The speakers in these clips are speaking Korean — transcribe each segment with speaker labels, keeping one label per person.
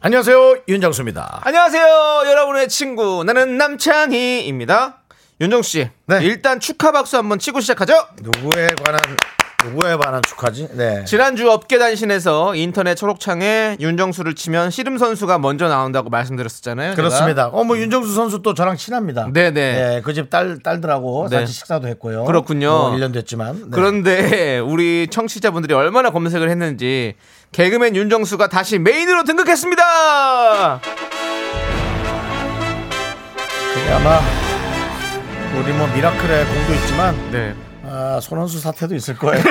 Speaker 1: 안녕하세요 윤정수입니다.
Speaker 2: 안녕하세요, 여러분의 친구 나는 남창희입니다. 윤정 씨,
Speaker 1: 네.
Speaker 2: 일단 축하 박수 한번 치고 시작하죠.
Speaker 1: 누구에 관한 누구에 관한 축하지? 네.
Speaker 2: 지난주 업계 단신에서 인터넷 초록창에 윤정수를 치면 씨름 선수가 먼저 나온다고 말씀드렸었잖아요. 제가.
Speaker 1: 그렇습니다. 어 뭐 윤정수 선수 또 저랑 친합니다.
Speaker 2: 네네.
Speaker 1: 그 집 딸 딸들하고
Speaker 2: 네.
Speaker 1: 같이 식사도 했고요.
Speaker 2: 그렇군요.
Speaker 1: 뭐 1년 됐지만. 네.
Speaker 2: 그런데 우리 청취자분들이 얼마나 검색을 했는지 개그맨 윤정수가 다시 메인으로 등극했습니다.
Speaker 1: 그게 아마 우리 뭐 미라클의 공도 있지만
Speaker 2: 네.
Speaker 1: 아, 손원수 사태도 있을 거예요.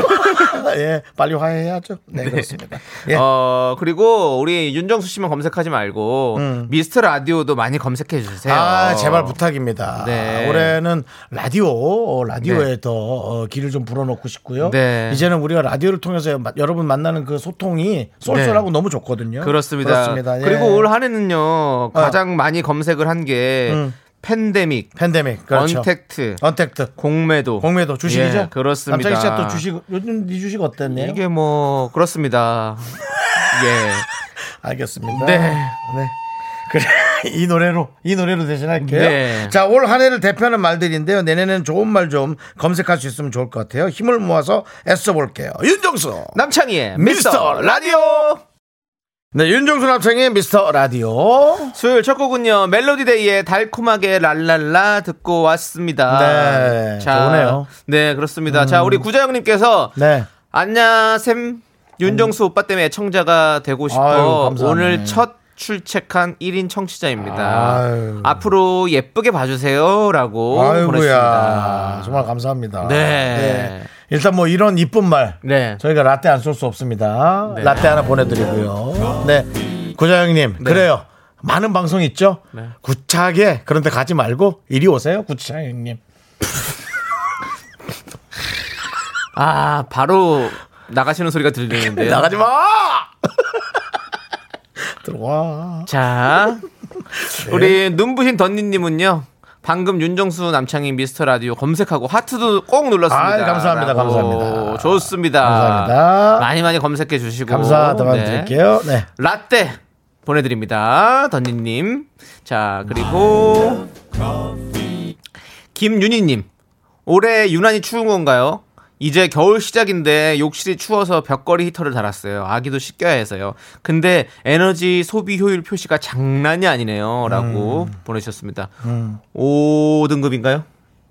Speaker 1: 예, 빨리 화해해야죠. 네, 그렇습니다. 예.
Speaker 2: 어 그리고 우리 윤정수 씨만 검색하지 말고
Speaker 1: 음.
Speaker 2: 미스터 라디오도 많이 검색해 주세요.
Speaker 1: 아, 제발 부탁입니다.
Speaker 2: 네.
Speaker 1: 올해는 라디오, 어, 라디오에 더 어, 길을 좀 불어넣고 싶고요.
Speaker 2: 네.
Speaker 1: 이제는 우리가 라디오를 통해서 마- 여러분 만나는 그 소통이 쏠쏠하고 너무 좋거든요.
Speaker 2: 네. 그렇습니다.
Speaker 1: 네? 그렇습니다. 예. 어.
Speaker 2: 그리고 올 한해는요 가장 많이 검색을 한 게
Speaker 1: 음.
Speaker 2: 팬데믹,
Speaker 1: 팬데믹, 그렇죠.
Speaker 2: 언택트,
Speaker 1: 언택트.
Speaker 2: 공매도,
Speaker 1: 공매도 주식이죠?
Speaker 2: 예, 그렇습니다.
Speaker 1: 남창희 씨가 또 주식 요즘 네 주식 어땠네요?
Speaker 2: 이게 뭐 그렇습니다. 예,
Speaker 1: 알겠습니다.
Speaker 2: 네.
Speaker 1: 네. 그래 이 노래로 이 노래로 대신할게요.
Speaker 2: 네.
Speaker 1: 자 올 한해를 대표하는 말들인데요. 내년에는 좋은 말 좀 검색할 수 있으면 좋을 것 같아요. 힘을 모아서 애써 볼게요. 윤정수
Speaker 2: 남창희의
Speaker 1: 미스터
Speaker 2: 미스터
Speaker 1: 라디오. 네, 윤정수 남창의 미스터 라디오.
Speaker 2: 수요일 첫 곡은요 멜로디데이의 달콤하게 랄랄라 듣고 왔습니다.
Speaker 1: 네, 좋으네요. 음.
Speaker 2: 네 그렇습니다. 자 우리 구자영님께서
Speaker 1: 네.
Speaker 2: 안녕 쌤 윤정수 오빠 때문에 청자가 되고
Speaker 1: 아유,
Speaker 2: 싶어
Speaker 1: 감사하네.
Speaker 2: 오늘 첫 출첵한 1인 청취자입니다.
Speaker 1: 아유.
Speaker 2: 앞으로 예쁘게 봐주세요라고
Speaker 1: 아이고야.
Speaker 2: 보냈습니다.
Speaker 1: 정말 감사합니다.
Speaker 2: 네.
Speaker 1: 일단 뭐 이런 이쁜 말.
Speaker 2: 네.
Speaker 1: 저희가 라떼 안 쏠 수 없습니다.
Speaker 2: 네.
Speaker 1: 라떼 하나 보내드리고요. 네. 구자영님, 그래요. 많은 방송 있죠?
Speaker 2: 네.
Speaker 1: 구차하게 그런데 가지 말고 이리 오세요, 구차영님.
Speaker 2: 아 바로 나가시는 소리가 들리는데요.
Speaker 1: 나가지 마! 들어와.
Speaker 2: 자,
Speaker 1: 네.
Speaker 2: 우리 눈부신 던니님은요. 방금 윤정수 남창희 미스터 라디오 검색하고 하트도 꼭 눌렀습니다.
Speaker 1: 아이, 감사합니다.
Speaker 2: 라고.
Speaker 1: 감사합니다.
Speaker 2: 좋습니다.
Speaker 1: 감사합니다.
Speaker 2: 많이 많이 검색해 주시고
Speaker 1: 감사
Speaker 2: 네.
Speaker 1: 드릴게요. 네.
Speaker 2: 라떼 보내드립니다. 던니님. 자, 그리고 김윤희님. 올해 유난히 추운 건가요? 이제 겨울 시작인데 욕실이 추워서 벽걸이 히터를 달았어요. 아기도 씻겨야 해서요. 근데 에너지 소비 효율 표시가 장난이 아니네요. 라고
Speaker 1: 음.
Speaker 2: 보내주셨습니다. 오 5등급인가요?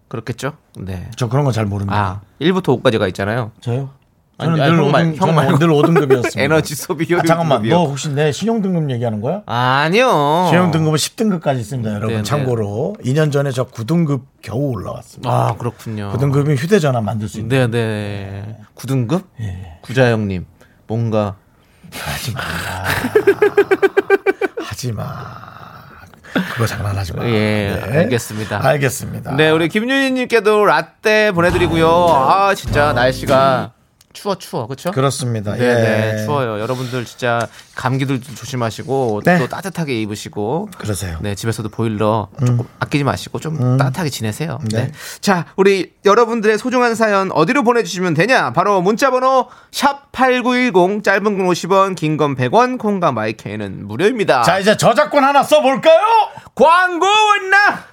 Speaker 2: 그렇겠죠? 네.
Speaker 1: 저 그런 건 잘 모릅니다.
Speaker 2: 아, 1부터 5까지가 있잖아요.
Speaker 1: 저요?
Speaker 2: 아니,
Speaker 1: 저는
Speaker 2: 아니,
Speaker 1: 늘
Speaker 2: 형 말-
Speaker 1: 5등,
Speaker 2: 형 말고.
Speaker 1: 늘 5등급이었습니다.
Speaker 2: 에너지 소비 효율.
Speaker 1: 아, 잠깐만,
Speaker 2: 등급이요.
Speaker 1: 너 혹시 내 신용등급 얘기하는 거야?
Speaker 2: 아니요.
Speaker 1: 신용등급은 10등급까지 있습니다, 여러분.
Speaker 2: 네, 네.
Speaker 1: 참고로 2년 전에 저 9등급 겨우 올라왔습니다.
Speaker 2: 아, 그렇군요.
Speaker 1: 9등급이 휴대전화 만들 수 있는.
Speaker 2: 네, 네네. 예. 구등급? 구자영님. 뭔가.
Speaker 1: 하지 마. 하지 마. 그거 장난하지 마. 네.
Speaker 2: 예, 알겠습니다.
Speaker 1: 알겠습니다.
Speaker 2: 네, 우리 김윤희님께도 라떼 보내드리고요. 아, 진짜 날씨가 추워, 추워. 그쵸?
Speaker 1: 그렇습니다.
Speaker 2: 네네.
Speaker 1: 예.
Speaker 2: 추워요. 여러분들 진짜 감기들도 조심하시고
Speaker 1: 네.
Speaker 2: 또 따뜻하게 입으시고.
Speaker 1: 그러세요.
Speaker 2: 네, 집에서도 보일러 조금 아끼지 마시고 좀 따뜻하게 지내세요. 음. 네.
Speaker 1: 네.
Speaker 2: 자, 우리 여러분들의 소중한 사연 어디로 보내주시면 되냐? 바로 문자번호 샵8910 짧은 건 50원, 긴 건 100원, 콩과 마이케이는 무료입니다.
Speaker 1: 자, 이제 저작권 하나 써볼까요?
Speaker 2: 광고 왔나?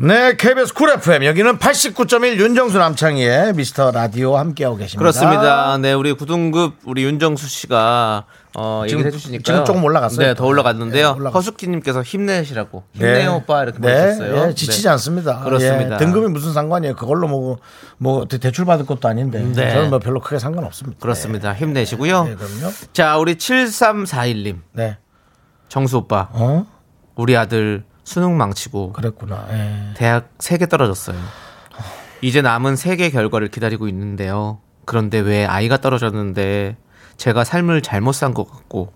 Speaker 1: 네, KBS 쿨 FM 여기는 89.1 윤정수 남창희의 미스터 라디오 함께하고 계십니다.
Speaker 2: 그렇습니다.
Speaker 1: 아.
Speaker 2: 네, 우리 구등급 우리 윤정수 씨가 어,
Speaker 1: 지금-
Speaker 2: 얘기를 해주시니까
Speaker 1: 지금 조금 올라갔어요.
Speaker 2: 네, 더 올라갔는데요.
Speaker 1: 네, 올라갔어요.
Speaker 2: 허수키님께서 힘내시라고
Speaker 1: 네.
Speaker 2: 힘내요 오빠 이렇게
Speaker 1: 네,
Speaker 2: 보셨어요.
Speaker 1: 예, 지치지 않습니다.
Speaker 2: 그렇습니다.
Speaker 1: 예, 등급이 무슨 상관이에요? 그걸로 뭐, 뭐 대- 대출 받을 것도 아닌데
Speaker 2: 네.
Speaker 1: 저는 뭐 별로 크게 상관없습니다.
Speaker 2: 그렇습니다. 힘내시고요.
Speaker 1: 네, 그럼요.
Speaker 2: 자, 우리 7341님
Speaker 1: 네,
Speaker 2: 정수 오빠
Speaker 1: 어,
Speaker 2: 우리 아들 수능 망치고
Speaker 1: 그랬구나. 예.
Speaker 2: 대학 3개 떨어졌어요. 이제 남은 3개 결과를 기다리고 있는데요. 그런데 왜 아이가 떨어졌는데 제가 삶을 잘못 산 것 같고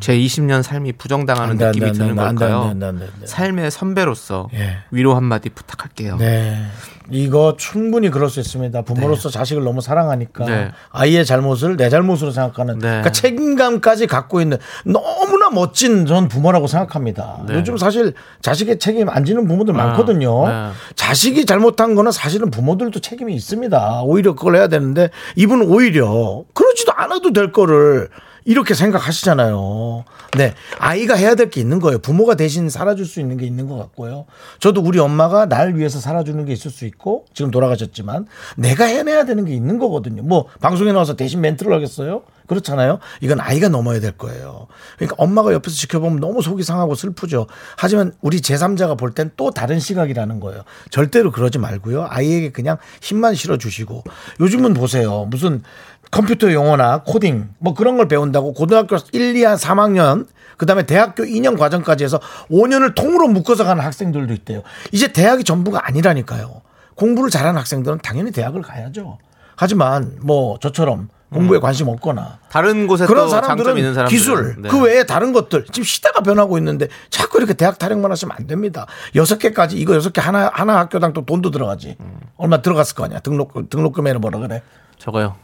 Speaker 2: 제 20년 삶이 부정당하는
Speaker 1: 음. 안 돼, 안 돼,
Speaker 2: 느낌이
Speaker 1: 안 돼,
Speaker 2: 드는
Speaker 1: 안 돼, 안 돼,
Speaker 2: 걸까요?
Speaker 1: 안 돼, 안 돼, 안 돼.
Speaker 2: 삶의 선배로서
Speaker 1: 예.
Speaker 2: 위로 한마디 부탁할게요.
Speaker 1: 네. 이거 충분히 그럴 수 있습니다. 부모로서 자식을 너무 사랑하니까
Speaker 2: 네.
Speaker 1: 아이의 잘못을 내 잘못으로 생각하는
Speaker 2: 네.
Speaker 1: 그러니까 책임감까지 갖고 있는 너무나 멋진 전 부모라고 생각합니다. 요즘 사실 자식의 책임 안 지는 부모들 많거든요.
Speaker 2: 네.
Speaker 1: 자식이 잘못한 거는 사실은 부모들도 책임이 있습니다. 오히려 그걸 해야 되는데 이분은 오히려 그러지도 않아도 될 거를 이렇게 생각하시잖아요. 네. 아이가 해야 될 게 있는 거예요. 부모가 대신 살아줄 수 있는 게 있는 것 같고요. 저도 우리 엄마가 날 위해서 살아주는 게 있을 수 있고 지금 돌아가셨지만 내가 해내야 되는 게 있는 거거든요. 뭐 방송에 나와서 대신 멘트를 하겠어요? 그렇잖아요. 이건 아이가 넘어야 될 거예요. 그러니까 엄마가 옆에서 지켜보면 너무 속이 상하고 슬프죠. 하지만 우리 제3자가 볼 땐 또 다른 시각이라는 거예요. 절대로 그러지 말고요. 아이에게 그냥 힘만 실어 주시고 요즘은 보세요. 무슨 컴퓨터 용어나 코딩 뭐 그런 걸 배운다고 고등학교 1, 2, 한 3학년 그다음에 대학교 2년 과정까지 해서 5년을 통으로 묶어서 가는 학생들도 있대요. 이제 대학이 전부가 아니라니까요. 공부를 잘하는 학생들은 당연히 대학을 가야죠. 하지만 뭐 저처럼 공부에 관심 없거나
Speaker 2: 다른 곳에
Speaker 1: 그런
Speaker 2: 또 장점 있는
Speaker 1: 사람들은
Speaker 2: 네. 사람들
Speaker 1: 기술 그 외에 다른 것들 지금 시대가 변하고 있는데 자꾸 이렇게 대학 타령만 하시면 안 됩니다. 여섯 개까지 이거 여섯 개 하나 하나 학교당 또 돈도 들어가지
Speaker 2: 음.
Speaker 1: 얼마 들어갔을 거 아니야 등록 등록금에는 뭐라 그래
Speaker 2: 저거요.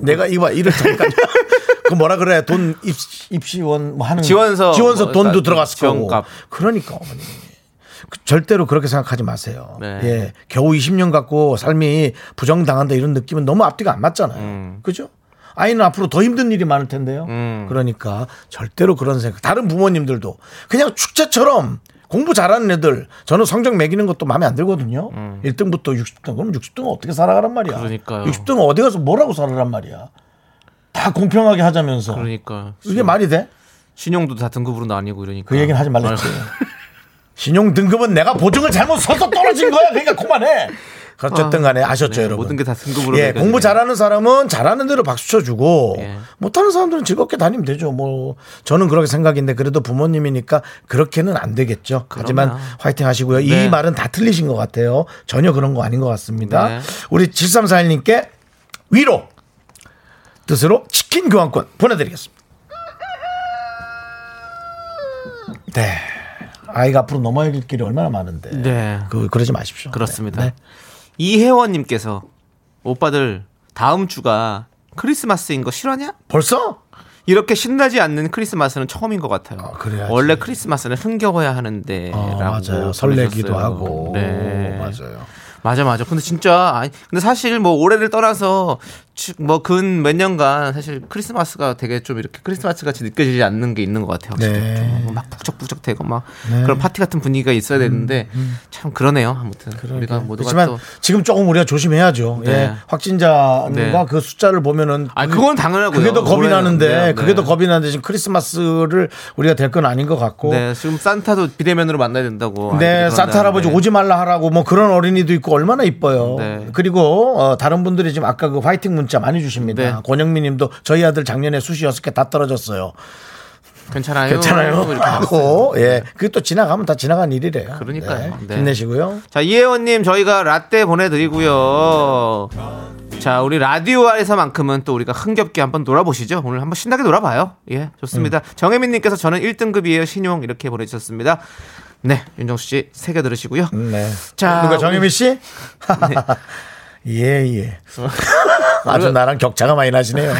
Speaker 1: 내가 이봐 이럴 잠깐 그 뭐라 그래 돈 입시, 입시원 뭐 하는
Speaker 2: 지원서
Speaker 1: 지원서
Speaker 2: 뭐
Speaker 1: 돈도
Speaker 2: 일단
Speaker 1: 들어갔을
Speaker 2: 지원값.
Speaker 1: 거고 그러니까 어머니 그- 절대로 그렇게 생각하지 마세요.
Speaker 2: 네.
Speaker 1: 예, 겨우 20년 갖고 삶이 부정당한다 이런 느낌은 너무 앞뒤가 안 맞잖아요.
Speaker 2: 음.
Speaker 1: 그죠? 아이는 앞으로 더 힘든 일이 많을 텐데요. 그러니까 절대로 그런 생각. 다른 부모님들도 그냥 축제처럼 공부 잘하는 애들 저는 성적 매기는 것도 마음에 안 들거든요. 1등부터 60등 그럼 60등은 어떻게 살아가란 말이야.
Speaker 2: 그러니까요.
Speaker 1: 60등은 어디 가서 뭐라고 살아란 말이야. 다 공평하게 하자면서.
Speaker 2: 그러니까
Speaker 1: 어. 이게 말이 돼?
Speaker 2: 신용도 다 등급으로 나뉘고 이러니까
Speaker 1: 그 얘기는 하지 말랬지. 신용 등급은 내가 보증을 잘못 써서 떨어진 거야. 그러니까 그만해. 어쨌든 간에 아셨죠,
Speaker 2: 네,
Speaker 1: 여러분.
Speaker 2: 모든 게다 등급으로
Speaker 1: 예,
Speaker 2: 매겨지네.
Speaker 1: 공부 잘하는 사람은 잘하는 대로 박수 쳐주고
Speaker 2: 예.
Speaker 1: 못하는 사람들은 즐겁게 다니면 되죠. 뭐 저는 그렇게 생각인데 그래도 부모님이니까 그렇게는 안 되겠죠. 하지만
Speaker 2: 그럼요.
Speaker 1: 화이팅 하시고요. 이
Speaker 2: 네.
Speaker 1: 말은 다 틀리신 것 같아요. 전혀 그런 거 아닌 것 같습니다.
Speaker 2: 네.
Speaker 1: 우리 7341님께 위로 뜻으로 치킨 교환권 보내드리겠습니다. 네. 아이가 앞으로 넘어야 될 길이 얼마나 많은데.
Speaker 2: 네.
Speaker 1: 그, 그러지 마십시오.
Speaker 2: 그렇습니다.
Speaker 1: 네.
Speaker 2: 이혜원님께서 오빠들 다음 주가 크리스마스인 거 실화냐?
Speaker 1: 벌써?
Speaker 2: 이렇게 신나지 않는 크리스마스는 처음인 것 같아요.
Speaker 1: 그래야지.
Speaker 2: 원래 크리스마스는 흥겨워야 하는데
Speaker 1: 어, 맞아요.
Speaker 2: 예, 라고
Speaker 1: 설레기도
Speaker 2: 보내셨어요.
Speaker 1: 하고.
Speaker 2: 네.
Speaker 1: 맞아요.
Speaker 2: 맞아 맞아. 근데 진짜 아니 근데 사실 뭐 올해를 떠나서 뭐 근 몇 년간 사실 크리스마스가 되게 좀 이렇게 크리스마스 같이 느껴지지 않는 게 있는 것 같아요.
Speaker 1: 네.
Speaker 2: 진짜 좀막뭐 북적북적 되고 막 그런 파티 같은 분위기가 있어야 되는데 참 그러네요. 아무튼 우리가 그러니까 모두가
Speaker 1: 음, 그렇지만
Speaker 2: 또
Speaker 1: 지금 조금 우리가 조심해야죠.
Speaker 2: 네.
Speaker 1: 예. 확진자가
Speaker 2: 네.
Speaker 1: 그 숫자를 보면은
Speaker 2: 아 그건 당연하고요.
Speaker 1: 그게 더 겁이
Speaker 2: 올해는.
Speaker 1: 나는데
Speaker 2: 네,
Speaker 1: 그게
Speaker 2: 네.
Speaker 1: 더 겁이 나는데 지금 크리스마스를 우리가 될 건 아닌 것 같고
Speaker 2: 네, 지금 산타도 비대면으로 만나야 된다고.
Speaker 1: 네,
Speaker 2: 아이들이
Speaker 1: 산타 할아버지
Speaker 2: 그런다는데.
Speaker 1: 오지 말라 하라고 뭐 그런 어린이도 있고 얼마나 이뻐요.
Speaker 2: 네.
Speaker 1: 그리고 어, 다른 분들이 지금 아까 그 화이팅 문자 많이 주십니다.
Speaker 2: 네.
Speaker 1: 권영민 님도 저희 아들 작년에 수시 여섯 개 다 떨어졌어요.
Speaker 2: 괜찮아요.
Speaker 1: 괜찮아요.
Speaker 2: 뭐 이렇게 네.
Speaker 1: 하고 예. 그게 또 지나가면 다 지나간 일이래요.
Speaker 2: 그러니까요.
Speaker 1: 네.
Speaker 2: 네.
Speaker 1: 힘내시고요.
Speaker 2: 자 이혜원님 저희가 라떼 보내드리고요. 자 우리 라디오 아에서만큼은 또 우리가 흥겹게 한번 놀아보시죠. 오늘 한번 신나게 놀아봐요. 예 좋습니다.
Speaker 1: 음.
Speaker 2: 정혜민님께서 저는 1등급이에요 신용 이렇게 보내주셨습니다. 네 윤정수 씨 세 개 들으시고요.
Speaker 1: 음, 네.
Speaker 2: 자,
Speaker 1: 누가
Speaker 2: 우리- 네.
Speaker 1: 정혜미 씨? 예, 예. 아주 나랑 격차가 많이 나시네요.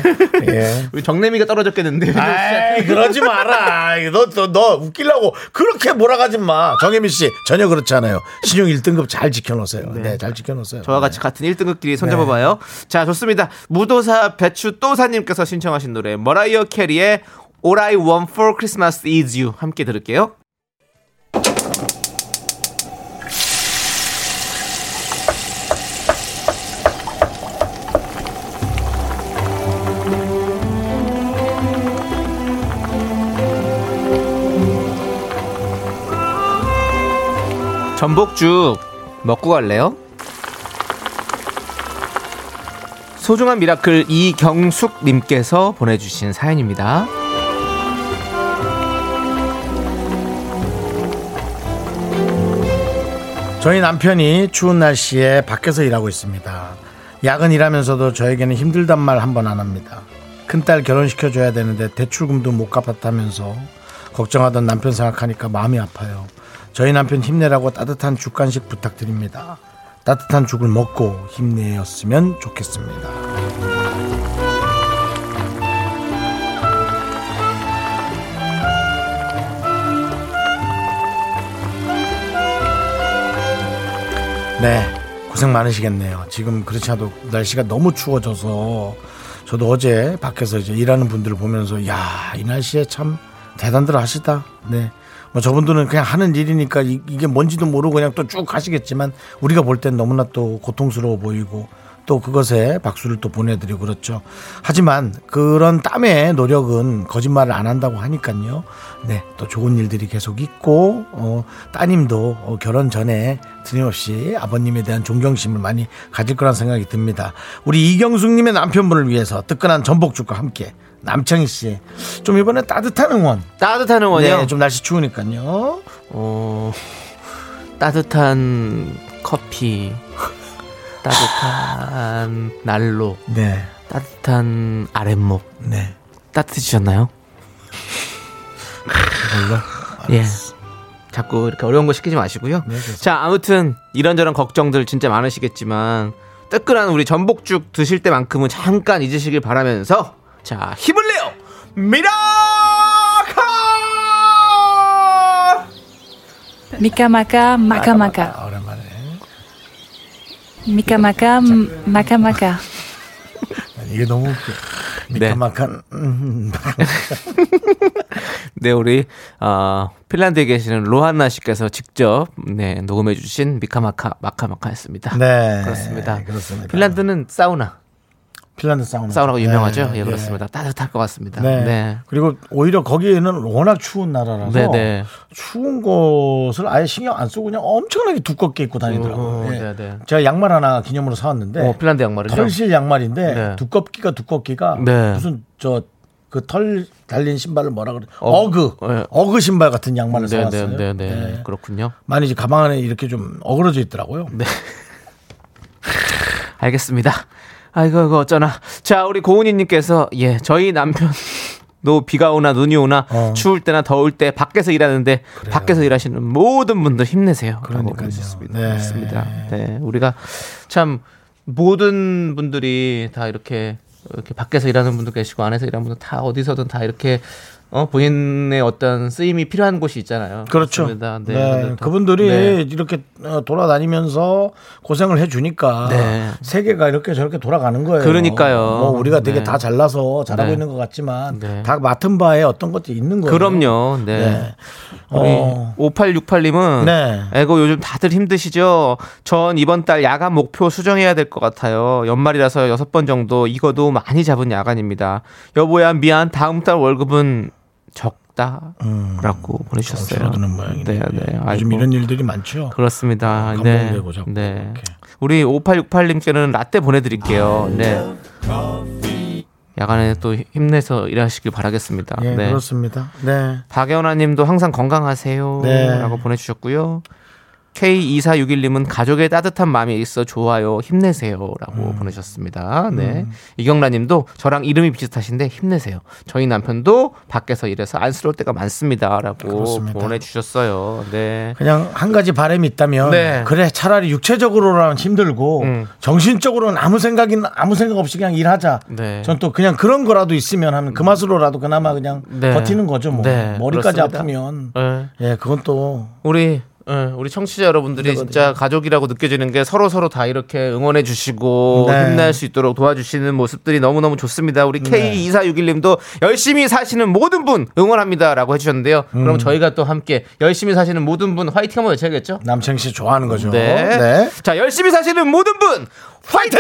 Speaker 1: 예.
Speaker 2: 우리 정내미가 떨어졌겠는데. 윤정수 씨.
Speaker 1: 아이 그러지 마라. 너, 너, 너 웃기려고 그렇게 몰아가지 마. 정혜민 씨 전혀 그렇지 않아요. 신용 1등급 잘 지켜놓으세요. 네, 잘 지켜놓으세요.
Speaker 2: 저와 같이 같은 1등급끼리 손잡아봐요. 자, 좋습니다. 무도사 배추 또사님께서 신청하신 노래 머라이어 캐리의 All I Want for Christmas Is You 함께 들을게요. 전복죽 먹고 갈래요? 소중한 미라클 이경숙님께서 보내주신 사연입니다.
Speaker 1: 저희 남편이 추운 날씨에 밖에서 일하고 있습니다. 야근일하면서도 저에게는 힘들단 말 한 번 안 합니다. 큰딸 결혼시켜줘야 되는데 대출금도 못 갚았다면서 걱정하던 남편 생각하니까 마음이 아파요. 저희 남편 힘내라고 따뜻한 죽 간식 부탁드립니다. 따뜻한 죽을 먹고 힘내었으면 좋겠습니다. 네, 고생 많으시겠네요. 지금 그렇지 않아도 날씨가 너무 추워져서 저도 어제 밖에서 이제 일하는 분들을 보면서 야, 이 날씨에 참 대단들 하시다. 네. 뭐 저분들은 그냥 하는 일이니까 이, 게 뭔지도 모르고 그냥 또 쭉 하시겠지만 우리가 볼 땐 너무나 또 고통스러워 보이고 또 그것에 박수를 또 보내드리고 그렇죠. 하지만 그런 땀의 노력은 거짓말을 안 한다고 하니까요. 네, 또 좋은 일들이 계속 있고 어, 따님도 어, 결혼 전에 틀림없이 아버님에 대한 존경심을 많이 가질 거란 생각이 듭니다. 우리 이경숙님의 남편분을 위해서 뜨끈한 전복죽과 함께 남창희 씨, 좀 이번에 따뜻한 응원.
Speaker 2: 따뜻한 응원이요.
Speaker 1: 네, 좀 날씨 추우니까요.
Speaker 2: 어, 따뜻한 커피, 따뜻한 난로,
Speaker 1: 네,
Speaker 2: 따뜻한 아랫목.
Speaker 1: 네.
Speaker 2: 따뜻해지셨나요? 예. 자꾸 이렇게 어려운 거 시키지 마시고요. 자, 아무튼 이런저런 걱정들 진짜 많으시겠지만 뜨끈한 우리 전복죽 드실 때만큼은 잠깐 잊으시길 바라면서 자, 힘을 내요. 미라카!
Speaker 3: 미카마카 마카마카
Speaker 1: 아, 오랜만에.
Speaker 3: 미카마카 마카마카
Speaker 1: 이게 너무 웃겨. 미카마칸. 음,
Speaker 2: 네, 우리 어, 핀란드에 계시는 로한나 씨께서 직접 네, 녹음해 주신 미카마카 마카마카였습니다.
Speaker 1: 네.
Speaker 2: 그렇습니다.
Speaker 1: 그렇습니다.
Speaker 2: 핀란드는 사우나,
Speaker 1: 핀란드 사우나.
Speaker 2: 사우나가
Speaker 1: 네,
Speaker 2: 유명하죠. 예,
Speaker 1: 네.
Speaker 2: 그렇습니다. 따뜻할 것 같습니다.
Speaker 1: 네.
Speaker 2: 네.
Speaker 1: 그리고 오히려 거기에는 워낙 추운 나라라서
Speaker 2: 네, 네.
Speaker 1: 추운 것을 아예 신경 안 쓰고 그냥 엄청나게 두껍게 입고 다니더라고요.
Speaker 2: 오,
Speaker 1: 예.
Speaker 2: 네, 네.
Speaker 1: 제가 양말 하나 기념으로 사왔는데
Speaker 2: 어, 핀란드 양말이죠.
Speaker 1: 네. 털실 양말인데
Speaker 2: 네.
Speaker 1: 두껍기가 두껍기가
Speaker 2: 네.
Speaker 1: 무슨 저 그 털 달린 신발을 뭐라 그래?
Speaker 2: 어,
Speaker 1: 어, 그
Speaker 2: 네.
Speaker 1: 어그 신발 같은 양말을
Speaker 2: 네, 네,
Speaker 1: 사왔어요.
Speaker 2: 네, 네.
Speaker 1: 네.
Speaker 2: 그렇군요.
Speaker 1: 많이 이제 가방 안에 이렇게 좀 어그러져 있더라고요.
Speaker 2: 알겠습니다. 아이고, 이거 어쩌나. 자, 우리 고은이님께서, 예, 저희 남편. 도 비가 오나 눈이 오나
Speaker 1: 어.
Speaker 2: 추울 때나 더울 때 밖에서 일하는데 밖에서 일하시는 모든 분들 힘내세요. 라고
Speaker 1: 그러니까요.
Speaker 2: 보내주셨습니다.
Speaker 1: 네.
Speaker 2: 맞습니다. 네, 우리가 참 모든 분들이 다 이렇게 이렇게 밖에서 일하는 분도 계시고 안에서 일하는 분도 다 어디서든 다 이렇게 어, 본인의 어떤 쓰임이 필요한 곳이 있잖아요.
Speaker 1: 그렇죠.
Speaker 2: 맞습니다. 네,
Speaker 1: 네,
Speaker 2: 근데 또-
Speaker 1: 그분들이
Speaker 2: 네.
Speaker 1: 이렇게 어, 돌아다니면서 고생을 해주니까
Speaker 2: 네.
Speaker 1: 세계가 이렇게 저렇게 돌아가는 거예요.
Speaker 2: 그러니까요.
Speaker 1: 뭐 우리가 되게
Speaker 2: 네.
Speaker 1: 다 잘나서 잘하고
Speaker 2: 네.
Speaker 1: 있는 것 같지만
Speaker 2: 네.
Speaker 1: 다 맡은 바에 어떤 것도 있는 거예요.
Speaker 2: 그럼요. 네.
Speaker 1: 네.
Speaker 2: 우리
Speaker 1: 어,
Speaker 2: 5868님은
Speaker 1: 네.
Speaker 2: 에고 요즘 다들 힘드시죠? 전 이번 달 야간 목표 수정해야 될 것 같아요. 연말이라서 여섯 번 정도 이거도 많이 잡은 야간입니다. 여보야 미안 다음 달 월급은 적다라고 보내주셨어요.
Speaker 1: 줄어드는 모양이네요.
Speaker 2: 네, 네.
Speaker 1: 음. 요즘
Speaker 2: 음. 아이고.
Speaker 1: 이런 일들이 많죠.
Speaker 2: 그렇습니다.
Speaker 1: 감봉
Speaker 2: 네.
Speaker 1: 되고 자꾸
Speaker 2: 네.
Speaker 1: 이렇게. 아, 예.
Speaker 2: 우리 5868님께는 라떼 보내드릴게요. 네. 야간에 또 힘내서 일하시길 바라겠습니다.
Speaker 1: 예,
Speaker 2: 네.
Speaker 1: 그렇습니다. 네.
Speaker 2: 박연아님도 항상 건강하세요.
Speaker 1: 네.
Speaker 2: 라고 보내주셨고요. K2461님은 가족의 따뜻한 마음이 있어 좋아요. 힘내세요.
Speaker 1: 음.
Speaker 2: 라고 보내셨습니다. 네. 이경라님도 저랑 이름이 비슷하신데 힘내세요. 저희 남편도 밖에서 일해서 안쓰러울 때가 많습니다. 라고
Speaker 1: 그렇습니다.
Speaker 2: 보내주셨어요. 네.
Speaker 1: 그냥 한 가지 바람이 있다면
Speaker 2: 네.
Speaker 1: 그래 차라리 육체적으로는 힘들고
Speaker 2: 음.
Speaker 1: 정신적으로는 아무 생각이 아무 생각 없이 그냥 일하자.
Speaker 2: 네.
Speaker 1: 전 또 그냥 그런 거라도 있으면 하는 그 맛으로라도 그나마 그냥
Speaker 2: 네.
Speaker 1: 버티는 거죠. 뭐
Speaker 2: 네,
Speaker 1: 머리까지
Speaker 2: 그렇습니다.
Speaker 1: 아프면
Speaker 2: 네.
Speaker 1: 예 그건 또
Speaker 2: 우리 예, 우리 청취자 여러분들이 진짜 가족이라고 느껴지는 게 서로 서로 다 이렇게 응원해 주시고
Speaker 1: 네.
Speaker 2: 힘낼 수 있도록 도와주시는 모습들이 너무 너무 좋습니다. 우리 K2461님도 열심히 사시는 모든 분 응원합니다라고 해주셨는데요. 그럼 저희가 또 함께 열심히 사시는 모든 분 화이팅 한번 외쳐야겠죠?
Speaker 1: 남창 씨 좋아하는 거죠.
Speaker 2: 어, 네.
Speaker 1: 네.
Speaker 2: 자 열심히 사시는 모든 분 화이팅!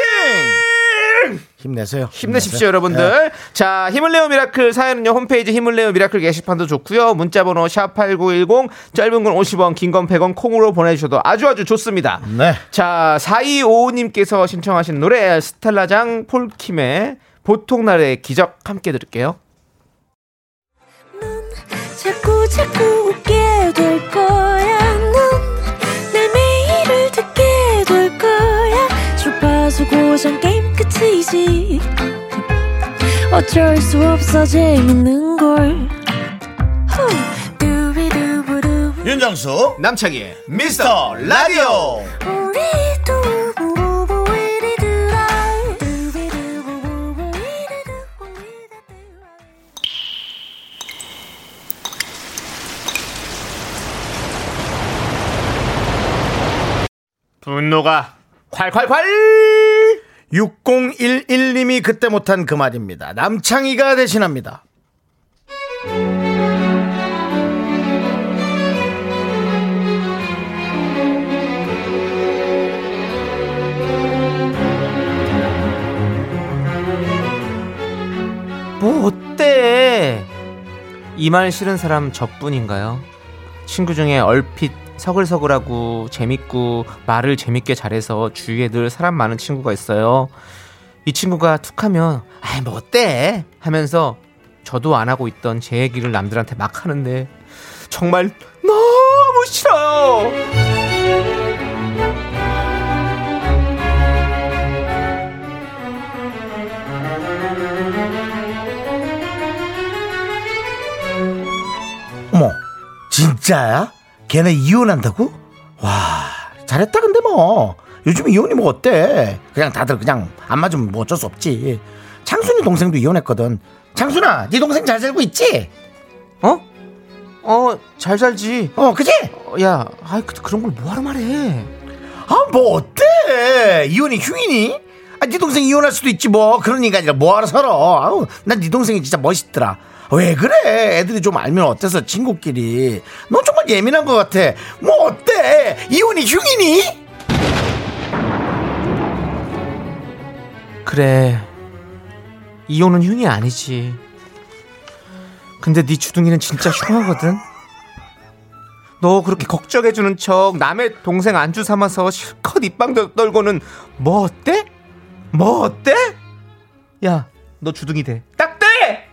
Speaker 1: 힘내세요.
Speaker 2: 힘내십시오
Speaker 1: 힘내세요. 예.
Speaker 2: 여러분들 자 힘을 내요 미라클 사연은요 홈페이지 힘을 내요 미라클 게시판도 좋고요 문자번호 샵8910 짧은 건 50원 긴 건 100원 콩으로 보내주셔도 아주아주 좋습니다
Speaker 1: 네.
Speaker 2: 자 4255님께서 신청하신 노래 스텔라장 폴킴의 보통날의 기적 함께 들을게요
Speaker 4: 자꾸 자꾸 웃게 될 거야. 넌내 매일을 듣게 될 거야. 주파수 고정 게임 끝이지. 어쩔 수 없어 재밌는 걸 후. 두비두부두.
Speaker 5: 윤정수
Speaker 2: 남창희의 미스터 라디오
Speaker 4: 우리 두부부부 이리두라. 두비두부부부 이리두부 이리두라.
Speaker 2: 분노가 콸콸콸
Speaker 1: 6011님이 그때 못한 그 말입니다. 남창희가 대신합니다.
Speaker 2: 뭐 어때? 이 말 싫은 사람 저뿐인가요? 친구 중에 얼핏 서글서글하고 재밌고 말을 재밌게 잘해서 주위에 늘 사람 많은 친구가 있어요. 이 친구가 툭하면 아이 뭐 어때? 하면서 저도 안 하고 있던 제 얘기를 남들한테 막 하는데 정말 너무 싫어요.
Speaker 1: 어머, 진짜야? 걔네 이혼한다고? 와, 잘했다, 근데 뭐. 요즘 이혼이 뭐 어때? 그냥 다들 그냥 안 맞으면 뭐 어쩔 수 없지. 창순이 동생도 이혼했거든. 창순아, 네 동생 잘 살고 있지?
Speaker 2: 어? 어, 잘 살지.
Speaker 1: 어, 그지?
Speaker 2: 어, 야, 아이 그- 그런 걸 뭐하러 말해?
Speaker 1: 아, 뭐 어때? 이혼이 흉이니? 아, 네 동생 이혼할 수도 있지 뭐. 그런 인간이라 뭐하러 살아. 아우, 난 네 동생이 진짜 멋있더라. 왜 그래? 애들이 좀 알면 어때서 친구끼리. 넌 정말 예민한 것 같아. 뭐 어때? 이혼이 흉이니?
Speaker 2: 그래 이혼은 흉이 아니지 근데 네 주둥이는 진짜 흉하거든 너 그렇게 걱정해주는 척 남의 동생 안주 삼아서 실컷 입방 떨고는 뭐 어때? 뭐 어때? 야 너 주둥이 돼딱 돼!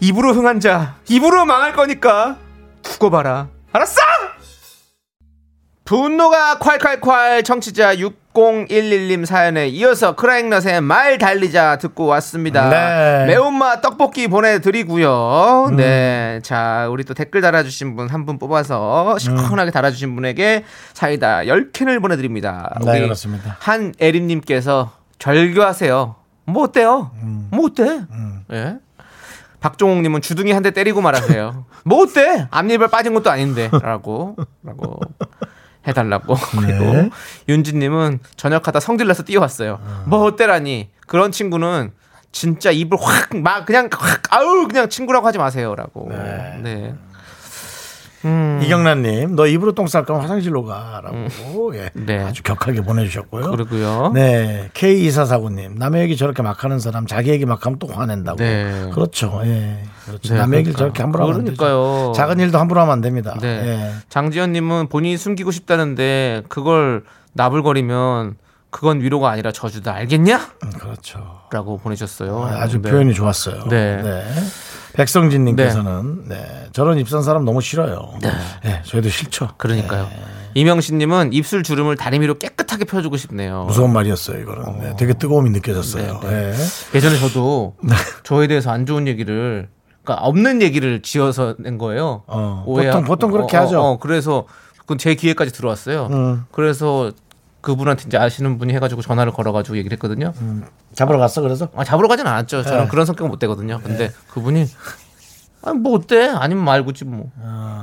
Speaker 2: 입으로 흥한 자 입으로 망할 거니까 두고 봐라 알았어? 분노가 콸콸콸 청취자 6011님 사연에 이어서 크라잉넛의 말 달리자 듣고 왔습니다.
Speaker 1: 네.
Speaker 2: 매운맛 떡볶이 보내드리고요. 네. 자, 우리 또 댓글 달아주신 분 한 분 뽑아서 시원하게 달아주신 분에게 사이다 10캔을 보내드립니다.
Speaker 1: 네,
Speaker 2: 아, 우리
Speaker 1: 그렇습니다.
Speaker 2: 한애림님께서 절교하세요. 뭐 어때요?
Speaker 1: 음.
Speaker 2: 뭐 어때? 예. 박종욱님은 주둥이 한 대 때리고 말하세요. 뭐 어때? 앞니발 빠진 것도 아닌데라고 라고 해달라고
Speaker 1: 네.
Speaker 2: 그리고 윤지님은 저녁하다 성질나서 뛰어왔어요.
Speaker 1: 음.
Speaker 2: 뭐 어때라니? 그런 친구는 진짜 입을 확 막 그냥 확 아우 그냥 친구라고 하지 마세요라고. 네.
Speaker 1: 음. 이경란님, 너 입으로 똥 쌀 거면 화장실로 가라고 예,
Speaker 2: 네.
Speaker 1: 아주 격하게 보내주셨고요.
Speaker 2: 그러고요.
Speaker 1: 네, K 이사사구님, 남의 얘기 저렇게 막 하는 사람 자기 얘기 막 하면 또 화낸다고.
Speaker 2: 네.
Speaker 1: 그렇죠. 예, 그렇죠.
Speaker 2: 네,
Speaker 1: 남의 얘기를
Speaker 2: 그러니까.
Speaker 1: 저렇게 함부로 하면 안
Speaker 2: 그러니까요.
Speaker 1: 되죠. 작은 일도 함부로 하면 안 됩니다.
Speaker 2: 네.
Speaker 1: 예.
Speaker 2: 장지현님은 본인이 숨기고 싶다는데 그걸 나불거리면 그건 위로가 아니라 저주다 알겠냐?
Speaker 1: 음, 그렇죠.
Speaker 2: 라고 보내셨어요.
Speaker 1: 아주
Speaker 2: 네.
Speaker 1: 표현이 좋았어요.
Speaker 2: 네.
Speaker 1: 백성진님께서는 네, 저런 입산 사람 너무 싫어요. 네. 저희도 싫죠.
Speaker 2: 그러니까요.
Speaker 1: 네.
Speaker 2: 이명신님은 입술 주름을 다리미로 깨끗하게 펴주고 싶네요.
Speaker 1: 무서운 말이었어요. 이거는 네, 되게 뜨거움이 느껴졌어요.
Speaker 2: 네,
Speaker 1: 예.
Speaker 2: 예전에 저도
Speaker 1: 네.
Speaker 2: 저에 대해서 안 좋은 얘기를 그러니까 없는 얘기를 지어서 낸 거예요.
Speaker 1: 어,
Speaker 2: 오해하-
Speaker 1: 보통- 보통 그렇게
Speaker 2: 어, 어,
Speaker 1: 하죠. 음.
Speaker 2: 어, 그래서 그건 제 귀에까지 들어왔어요. 그래서 그분한테 이제 아시는 분이 해가지고 전화를 걸어가지고 얘기를 했거든요.
Speaker 1: 잡으러 갔어. 그래서
Speaker 2: 아, 잡으러 가진 않았죠.
Speaker 1: 네.
Speaker 2: 저는 그런 성격 은못 되거든요. 근데 그분이 아, 뭐 어때? 아니면 말고지 뭐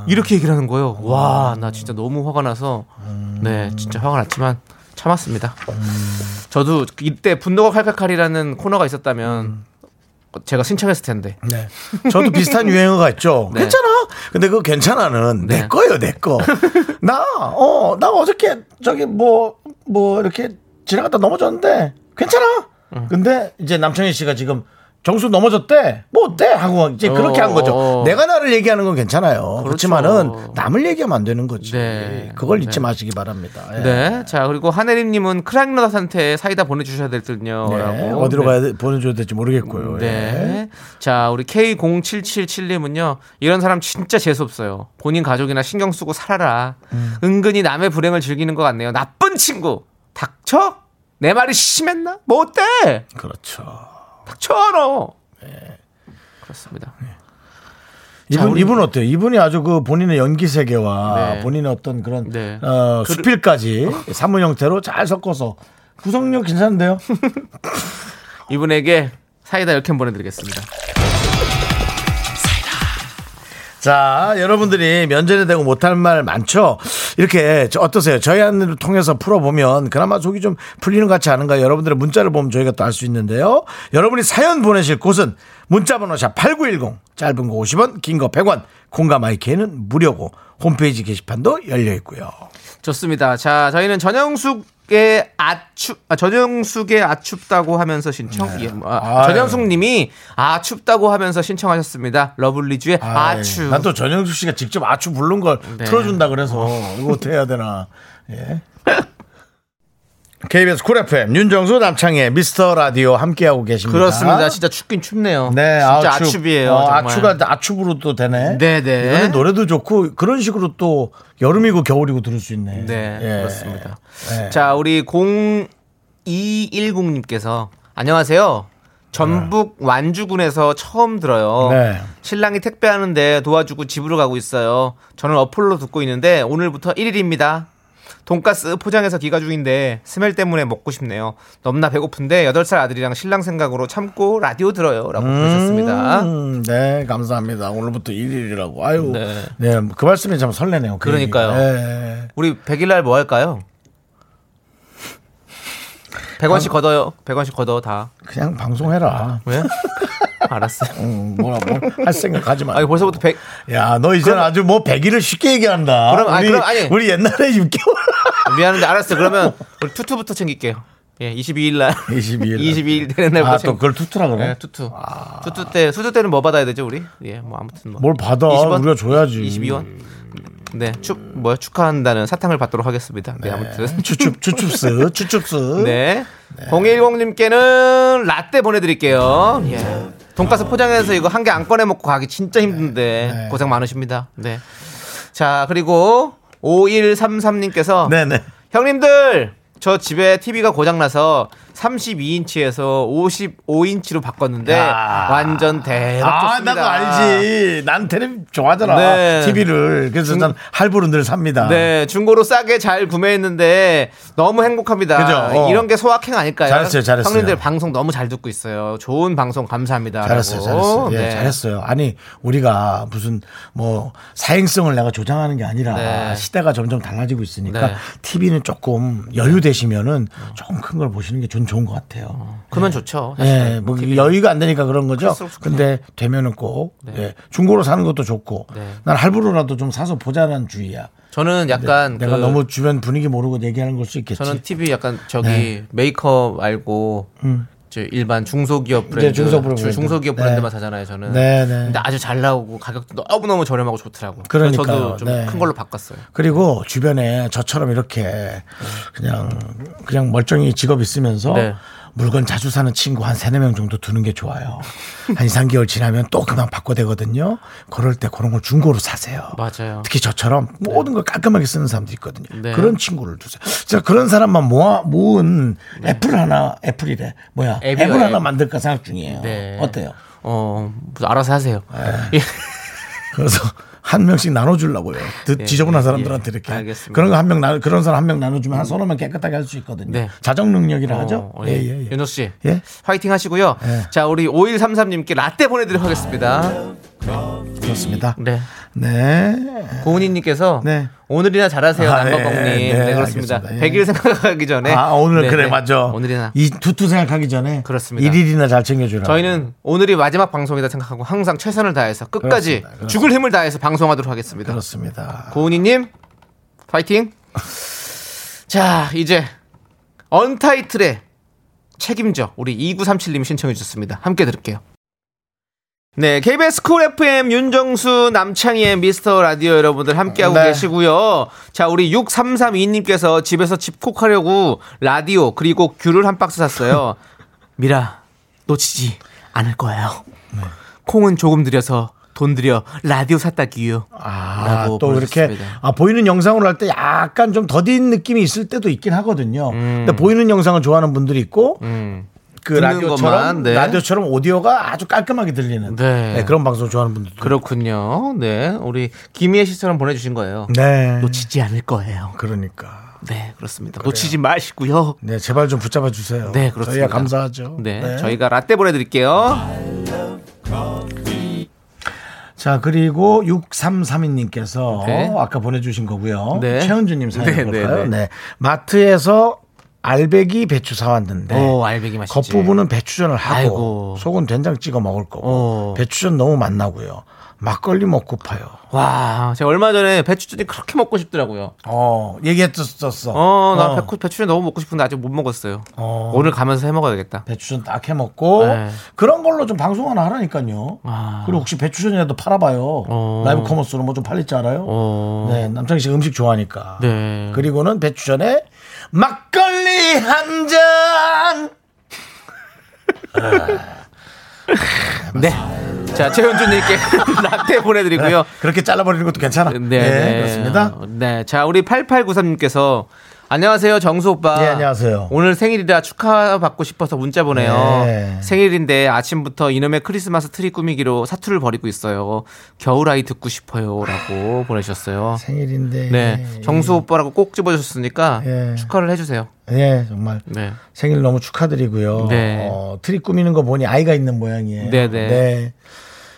Speaker 2: 이렇게 얘기를 하는 거예요.
Speaker 1: 아.
Speaker 2: 와, 나 진짜 너무 화가 나서
Speaker 1: 음.
Speaker 2: 네, 진짜 화가 났지만 참았습니다. 저도 이때 분노가 칼칼칼이라는 코너가 있었다면
Speaker 1: 음.
Speaker 2: 제가 신청했을 텐데.
Speaker 1: 네. 저도 비슷한 유행어가 있죠.
Speaker 2: 네.
Speaker 1: 괜찮아. 근데 그 괜찮아는
Speaker 2: 네.
Speaker 1: 내 거예요, 내 거. 나, 어, 나 어저께 저기 뭐, 뭐 이렇게 지나갔다 넘어졌는데 괜찮아.
Speaker 2: 음.
Speaker 1: 근데 이제 남창희 씨가 지금 정수 넘어졌대. 뭐 어때? 하고 이제 그렇게 한 거죠.
Speaker 2: 어.
Speaker 1: 내가 나를 얘기하는 건 괜찮아요. 그렇지만은
Speaker 2: 그렇죠.
Speaker 1: 남을 얘기하면 안 되는 거지.
Speaker 2: 네.
Speaker 1: 그걸 잊지
Speaker 2: 네.
Speaker 1: 마시기 바랍니다. 예.
Speaker 2: 네. 자, 그리고 하늘님님은 크라잉넛한테 사이다 보내주셔야 될 듯요.
Speaker 1: 네.
Speaker 2: 라고.
Speaker 1: 어디로
Speaker 2: 네.
Speaker 1: 가야 돼- 보내줘야 될지 모르겠고요. 예.
Speaker 2: 네. 자, 우리 K0777님은요. 이런 사람 진짜 재수없어요. 본인 가족이나 신경 쓰고 살아라.
Speaker 1: 음.
Speaker 2: 은근히 남의 불행을 즐기는 것 같네요. 나쁜 친구. 닥쳐? 내 말이 심했나? 뭐 어때?
Speaker 1: 그렇죠.
Speaker 2: 닥쳐, 너.
Speaker 1: 네.
Speaker 2: 그렇습니다.
Speaker 1: 이분,
Speaker 2: 우리-
Speaker 1: 이분 어때요? 이분이 아주 그 본인의 연기 세계와
Speaker 2: 네.
Speaker 1: 본인의 어떤 그런
Speaker 2: 네.
Speaker 1: 어, 수필까지 사문 형태로 잘 섞어서 구성력 괜찮은데요?
Speaker 2: 이분에게 사이다 10캔 보내드리겠습니다.
Speaker 1: 자, 여러분들이 면전에 대고 못할 말 많죠? 이렇게 저- 어떠세요? 저희 안을 통해서 풀어보면 그나마 속이 좀 풀리는 것 같지 않은가? 여러분들의 문자를 보면 저희가 또 알 수 있는데요. 여러분이 사연 보내실 곳은 문자번호 샵8910, 짧은 거 50원, 긴 거 100원, 공감 IK는 무료고, 홈페이지 게시판도 열려 있고요.
Speaker 2: 좋습니다. 자, 저희는 전영숙의 아춥, 아, 전영숙의 아춥다고 하면서 신청, 예, 아,
Speaker 1: 네. 아유.
Speaker 2: 전영숙 님이 아춥다고 하면서 신청하셨습니다. 러블리즈의 아추.
Speaker 1: 예. 난 또 전영숙 씨가 직접 아추 부른 걸
Speaker 2: 네.
Speaker 1: 틀어준다 그래서 이거 어떻게 해야 되나. 예. KBS 쿨 FM 윤정수 남창의 미스터 라디오 함께하고 계십니다.
Speaker 2: 그렇습니다. 진짜 춥긴 춥네요.
Speaker 1: 네,
Speaker 2: 진짜
Speaker 1: 아춥.
Speaker 2: 아춥이에요.
Speaker 1: 어,
Speaker 2: 정말.
Speaker 1: 아추가 아춥으로 또 되네.
Speaker 2: 네, 네.
Speaker 1: 이번에 노래도 좋고 그런 식으로 또 여름이고 겨울이고 들을 수 있네.
Speaker 2: 네,
Speaker 1: 예.
Speaker 2: 그렇습니다.
Speaker 1: 예.
Speaker 2: 자, 우리 0210님께서 안녕하세요. 전북 완주군에서 처음 들어요.
Speaker 1: 네.
Speaker 2: 신랑이 택배하는데 도와주고 집으로 가고 있어요. 저는 어플로 듣고 있는데 오늘부터 1일입니다. 돈가스 포장해서 기가 중인데 스멜 때문에 먹고 싶네요. 너무나 배고픈데 8살 아들이랑 신랑 생각으로 참고 라디오 들어요라고 보내셨습니다.
Speaker 1: 음, 네, 감사합니다. 오늘부터 1일이라고. 아유,
Speaker 2: 네.
Speaker 1: 네. 그 말씀이 참 설레네요. 그
Speaker 2: 그러니까요.
Speaker 1: 얘기가. 예.
Speaker 2: 우리 100일 날 뭐 할까요? 100원씩 걷어요. 100원씩 걷어 다.
Speaker 1: 그냥 방송해라.
Speaker 2: 왜? 알았어요.
Speaker 1: 음, 뭐라 뭘할 생각 하지 마.
Speaker 2: 아니 벌써부터 100
Speaker 1: 야, 너 이제 는 아주 뭐 100일을 쉽게 얘기한다.
Speaker 2: 그럼, 아니,
Speaker 1: 우리,
Speaker 2: 그럼, 아니.
Speaker 1: 우리 옛날에 6개월.
Speaker 2: 미안한데 알았어. 그러면 우리 투투부터 챙길게요. 예, 22일 날.
Speaker 1: 22일 날.
Speaker 2: 22일 되는 날부터
Speaker 1: 아,
Speaker 2: 챙.
Speaker 1: 또 그걸 투투라 그래? 아.
Speaker 2: 예, 네, 투투. 투투 때 투투 때는 뭐 받아야 되죠, 우리? 예, 뭐 아무튼 뭐.
Speaker 1: 뭘 받아.
Speaker 2: 20 원?
Speaker 1: 우리가 줘야지.
Speaker 2: 22원. 네, 축 뭐야 축하한다는 사탕을 받도록 하겠습니다. 네, 아무튼.
Speaker 1: 추춥, 추춥스, 추춥스.
Speaker 2: 네. 010님께는 라떼 보내드릴게요. 예. 돈가스 포장해서 이거 한 개 안 꺼내 먹고 가기 진짜 힘든데
Speaker 1: 네.
Speaker 2: 고생 많으십니다. 네. 자, 그리고 5133님께서
Speaker 1: 네네.
Speaker 2: 형님들 저 집에 TV가 고장나서 32인치에서 55인치로 바꿨는데
Speaker 1: 야.
Speaker 2: 완전 대박
Speaker 1: 아,
Speaker 2: 좋습니다.
Speaker 1: 나도 알지. 난 텔레비 좋아하더라.
Speaker 2: 네.
Speaker 1: TV를. 그래서 난 할부로 늘 삽니다.
Speaker 2: 네, 중고로 싸게 잘 구매했는데 너무 행복합니다.
Speaker 1: 그죠? 어.
Speaker 2: 이런 게 소확행 아닐까요?
Speaker 1: 잘했어요, 잘했어요.
Speaker 2: 형님들 방송 너무 잘 듣고 있어요. 좋은 방송 감사합니다.
Speaker 1: 잘했어요,
Speaker 2: 라고.
Speaker 1: 잘했어요. 예,
Speaker 2: 네.
Speaker 1: 잘했어요. 아니, 우리가 무슨 뭐 사행성을 내가 조장하는 게 아니라
Speaker 2: 네.
Speaker 1: 시대가 점점 달라지고 있으니까
Speaker 2: 네.
Speaker 1: TV는 조금 여유되시면은 조금 큰 걸 보시는 게 전 좋은 것 같아요.
Speaker 2: 그러면 좋죠.
Speaker 1: 예, 뭐 여유가 안 되니까 그런 거죠.
Speaker 2: 그럴수록 좋네요.
Speaker 1: 근데 되면은 꼭 예, 중고로 사는 것도 좋고
Speaker 2: 네.
Speaker 1: 난 할부로라도 좀 사서 보자는 주의야.
Speaker 2: 저는 약간
Speaker 1: 네. 내가
Speaker 2: 그-
Speaker 1: 너무 주변 분위기 모르고 얘기하는 걸 수 있겠지. 예.
Speaker 2: 저는 TV 약간 저기 메이커 말고 저 일반 중소기업 브랜드
Speaker 1: 음. 중소기업 브랜드.
Speaker 2: 중- 중소기업
Speaker 1: 네.
Speaker 2: 브랜드만 사잖아요 저는
Speaker 1: 네, 네.
Speaker 2: 근데 아주 잘 나오고 가격도 너무너무 저렴하고 좋더라고 그래서
Speaker 1: 그러니까요.
Speaker 2: 저도 좀 큰
Speaker 1: 네.
Speaker 2: 걸로 바꿨어요
Speaker 1: 그리고 주변에 저처럼 이렇게 그냥 그냥 멀쩡히 직업 있으면서
Speaker 2: 네.
Speaker 1: 물건 자주 사는 친구 한 세네 명 정도 두는 게 좋아요. 한 2, 3개월 지나면 또 그만 바꿔야 되거든요. 그럴 때 그런 걸 중고로 사세요.
Speaker 2: 맞아요
Speaker 1: 특히 저처럼 모든 걸 깔끔하게 쓰는 사람도 있거든요.
Speaker 2: 네.
Speaker 1: 그런 친구를 두세요. 제가 그런 사람만 모아 모은
Speaker 2: 네.
Speaker 1: 애플 하나 애플이래 뭐야
Speaker 2: 앱이요,
Speaker 1: 앱을
Speaker 2: 앱.
Speaker 1: 하나 만들까 생각 중이에요.
Speaker 2: 네.
Speaker 1: 어때요?
Speaker 2: 어 무슨 알아서 하세요 예.
Speaker 1: 그래서 한 명씩 나눠주려고요. 드-
Speaker 2: 예,
Speaker 1: 지저분한
Speaker 2: 예,
Speaker 1: 사람들한테
Speaker 2: 예.
Speaker 1: 이렇게
Speaker 2: 알겠습니다.
Speaker 1: 그런 거 한 명 나 그런 사람 한 명 나눠주면 한 서너 명 깨끗하게 할 수 있거든요.
Speaker 2: 네.
Speaker 1: 자정 능력이라 하죠.
Speaker 2: 어,
Speaker 1: 예,
Speaker 2: 예.
Speaker 1: 예, 예.
Speaker 2: 윤호 씨
Speaker 1: 예?
Speaker 2: 화이팅 하시고요
Speaker 1: 예.
Speaker 2: 자 우리 5133님께 라떼 보내드리도록 하겠습니다
Speaker 1: 그렇습니다.
Speaker 2: 네
Speaker 1: 네.
Speaker 2: 고은희님께서
Speaker 1: 네.
Speaker 2: 오늘이나 잘하세요
Speaker 1: 아,
Speaker 2: 남방공님
Speaker 1: 예,
Speaker 2: 네,
Speaker 1: 예. 네,
Speaker 2: 그렇습니다
Speaker 1: 알겠습니다. 예.
Speaker 2: 100일 생각하기 전에
Speaker 1: 아 음. 오늘
Speaker 2: 네,
Speaker 1: 그래
Speaker 2: 네.
Speaker 1: 맞죠.
Speaker 2: 오늘이나
Speaker 1: 이 두투 생각하기 전에
Speaker 2: 그렇습니다.
Speaker 1: 일일이나 잘 챙겨주라.
Speaker 2: 저희는 오늘이 마지막 방송이다 생각하고 항상 최선을 다해서 끝까지
Speaker 1: 그렇습니다. 그렇습니다.
Speaker 2: 죽을 힘을 다해서 방송하도록 하겠습니다.
Speaker 1: 그렇습니다.
Speaker 2: 고은이님 파이팅. 자 이제 언타이틀의 책임져 우리 2937님이 신청해 주셨습니다. 함께 들을게요. 네, KBS 쿨 FM 윤정수 남창희의 미스터 라디오 여러분들 함께하고
Speaker 1: 네.
Speaker 2: 계시고요. 자, 우리 6332님께서 집에서 집콕하려고 라디오 그리고 귤을 한 박스 샀어요. 미라, 놓치지 않을 거예요. 콩은 조금 들여서 돈 들여 라디오 샀다기요.
Speaker 1: 아,
Speaker 2: 라고
Speaker 1: 또 이렇게
Speaker 2: 보내주셨습니다.
Speaker 1: 아, 보이는 영상으로 할 때 약간 좀 더딘 느낌이 있을 때도 있긴 하거든요. 근데 보이는 영상을 좋아하는 분들이 있고 그
Speaker 2: 음. 듣는
Speaker 1: 라디오처럼
Speaker 2: 것만, 네.
Speaker 1: 라디오처럼 오디오가 아주 깔끔하게 들리는
Speaker 2: 네.
Speaker 1: 그런 방송 좋아하는 분들 도
Speaker 2: 그렇군요. 네. 우리 김희애 씨처럼 보내주신 거예요.
Speaker 1: 네
Speaker 2: 놓치지 않을 거예요.
Speaker 1: 그러니까
Speaker 2: 네, 그렇습니다. 놓치지 마시고요.
Speaker 1: 네 제발 좀 붙잡아 주세요.
Speaker 2: 네, 그렇습니다.
Speaker 1: 저희가 감사하죠.
Speaker 2: 네, 저희가 라떼 보내드릴게요.
Speaker 1: 자 그리고 6332님께서
Speaker 2: 네.
Speaker 1: 아까 보내주신 거고요.
Speaker 2: 네.
Speaker 1: 최은주님 사연
Speaker 2: 네,
Speaker 1: 볼까요?
Speaker 2: 네, 네.
Speaker 1: 네. 마트에서 알배기 배추 사왔는데
Speaker 2: 오, 알배기 맛있지.
Speaker 1: 겉부분은 배추전을 하고
Speaker 2: 아이고.
Speaker 1: 속은 된장 찍어 먹을 거고
Speaker 2: 어.
Speaker 1: 배추전 너무 맛나고요. 막걸리 먹고파요.
Speaker 2: 와, 제가 얼마 전에 배추전이 그렇게 먹고 싶더라고요.
Speaker 1: 어 얘기했었어.
Speaker 2: 어, 나 배추, 배추전 너무 먹고 싶은데 아직 못 먹었어요.
Speaker 1: 어.
Speaker 2: 오늘 가면서 해 먹어야겠다.
Speaker 1: 배추전 딱 해먹고
Speaker 2: 네.
Speaker 1: 그런 걸로 좀 방송 하나 하라니까요.
Speaker 2: 아.
Speaker 1: 그리고 혹시 배추전이라도 팔아봐요.
Speaker 2: 어.
Speaker 1: 라이브 커머스로 뭐 좀 팔릴 줄 알아요?
Speaker 2: 어.
Speaker 1: 네, 남창희 씨 음식 좋아하니까.
Speaker 2: 네.
Speaker 1: 그리고는 배추전에 막걸리 한 잔.
Speaker 2: 네. 자, 최현준님께 라떼 보내드리고요.
Speaker 1: 그렇게 잘라버리는 것도 괜찮아. 네, 그렇습니다.
Speaker 2: 네. 자, 우리 8893님께서 안녕하세요, 정수 오빠.
Speaker 1: 네, 안녕하세요.
Speaker 2: 오늘 생일이라 축하받고 싶어서 문자 보내요.
Speaker 1: 네.
Speaker 2: 생일인데 아침부터 이놈의 크리스마스 트리 꾸미기로 사투를 벌이고 있어요. 겨울아이 듣고 싶어요. 라고 보내셨어요.
Speaker 1: 생일인데.
Speaker 2: 네. 정수 오빠라고 꼭 집어주셨으니까
Speaker 1: 예.
Speaker 2: 축하를 해주세요.
Speaker 1: 네, 정말.
Speaker 2: 네.
Speaker 1: 생일 너무 축하드리고요.
Speaker 2: 네.
Speaker 1: 어, 트리 꾸미는 거 보니 아이가 있는 모양이에요.
Speaker 2: 네, 네.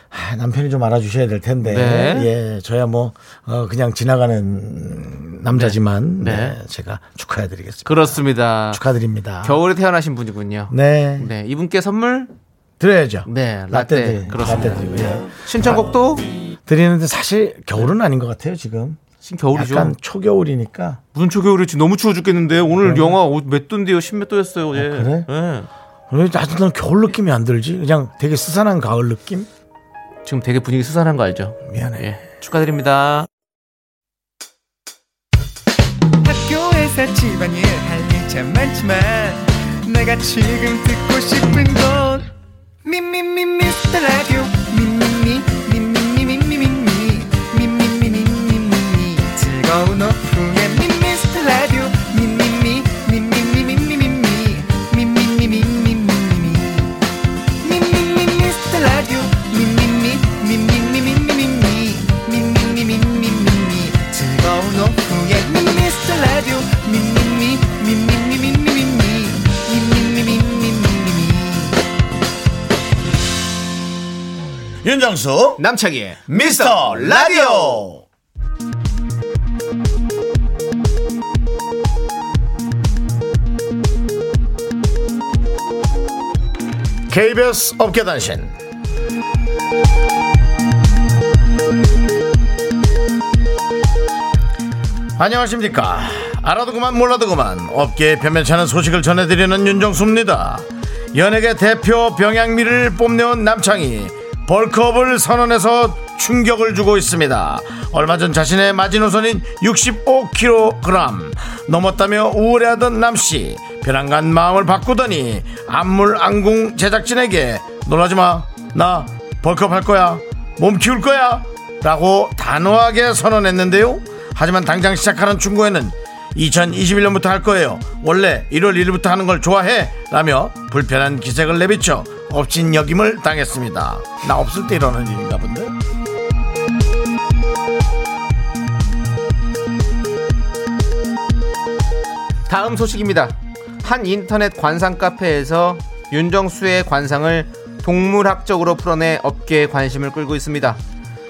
Speaker 1: 아, 남편이 좀 알아주셔야 될 텐데.
Speaker 2: 네.
Speaker 1: 예, 저야 뭐, 어, 그냥 지나가는 남자지만, 네.
Speaker 2: 네.
Speaker 1: 제가 축하해드리겠습니다.
Speaker 2: 그렇습니다.
Speaker 1: 축하드립니다.
Speaker 2: 겨울에 태어나신 분이군요.
Speaker 1: 네.
Speaker 2: 네. 이분께 선물
Speaker 1: 드려야죠.
Speaker 2: 네,
Speaker 1: 라떼.
Speaker 2: 라떼.
Speaker 1: 드리-
Speaker 2: 그렇습니다.
Speaker 1: 라떼 드리고, 예.
Speaker 2: 신청곡도
Speaker 1: 드리는데 사실 겨울은 아닌 것 같아요, 지금.
Speaker 2: 지금 겨울이죠.
Speaker 1: 약간 초겨울이니까.
Speaker 2: 무슨 초겨울이 지금 너무 추워 죽겠는데 오늘 영하 오- 몇 도인데요? 10몇 도였어요. 어제.
Speaker 1: 아, 그래?
Speaker 2: 예.
Speaker 1: 왜 아직 난 겨울 느낌이 안 들지? 그냥 되게 스산한 가을 느낌?
Speaker 2: 지금 되게 분위기 수산한 거 알죠?
Speaker 1: 미안해.
Speaker 2: 예. 축하드립니다.
Speaker 5: 학교에서 집안일 할 일 참 많지만 내가 지금 듣고 싶은 건 미미미 미스터 라디오 미미미 미미미 미미미 미미미 미미미 즐거운 오후에 미스터 라디오 미미미 미미미 미미미 미미미 미미미 미미미
Speaker 1: 윤정수,
Speaker 2: 남창희의
Speaker 1: 미스터 라디오! KBS 업계단신. 안녕하십니까. 알아도 그만 몰라도 그만 업계에 변변찮은 소식을 전해드리는 윤정수입니다. 연예계 대표 병양미를 뽐내온 남창희 벌크업을 선언해서 충격을 주고 있습니다. 얼마 전 자신의 마지노선인 65kg 넘었다며 우울해하던 남씨 변한간 마음을 바꾸더니 안물안궁 제작진에게 놀라지마 나 벌크업 할 거야 몸 키울 거야 라고 단호하게 선언했는데요. 하지만 당장 시작하는 충고에는 2021년부터 할 거예요. 원래 1월 1일부터 하는 걸 좋아해. 라며 불편한 기색을 내비쳐 업신 여김을 당했습니다. 나 없을 때 이러는 일인가 본데?
Speaker 2: 다음 소식입니다. 한 인터넷 관상 카페에서 윤정수의 관상을 동물학적으로 풀어내 업계의 관심을 끌고 있습니다.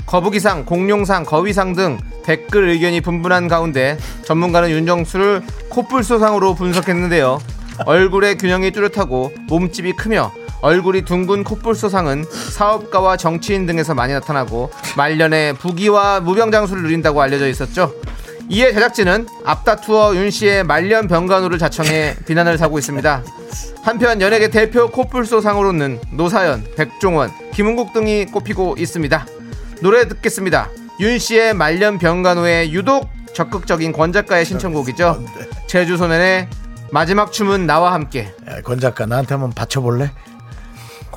Speaker 2: 거북이상, 공룡상, 거위상 등 댓글 의견이 분분한 가운데 전문가는 윤정수를 코뿔소상으로 분석했는데요. 얼굴의 균형이 뚜렷하고 몸집이 크며 얼굴이 둥근 코뿔소상은 사업가와 정치인 등에서 많이 나타나고 말년에 부귀와 무병장수를 누린다고 알려져 있었죠. 이에 제작진은 앞다투어 윤 씨의 말년 병간호를 자청해 비난을 사고 있습니다. 한편 연예계 대표 코뿔소상으로는 노사연, 백종원, 김은국 등이 꼽히고 있습니다. 노래 듣겠습니다. 윤 씨의 말년 병간호에 유독 적극적인 권 작가의 신청곡이죠. 제주 소년의 마지막 춤은 나와 함께
Speaker 1: 야, 권 작가 나한테 한번 받쳐볼래?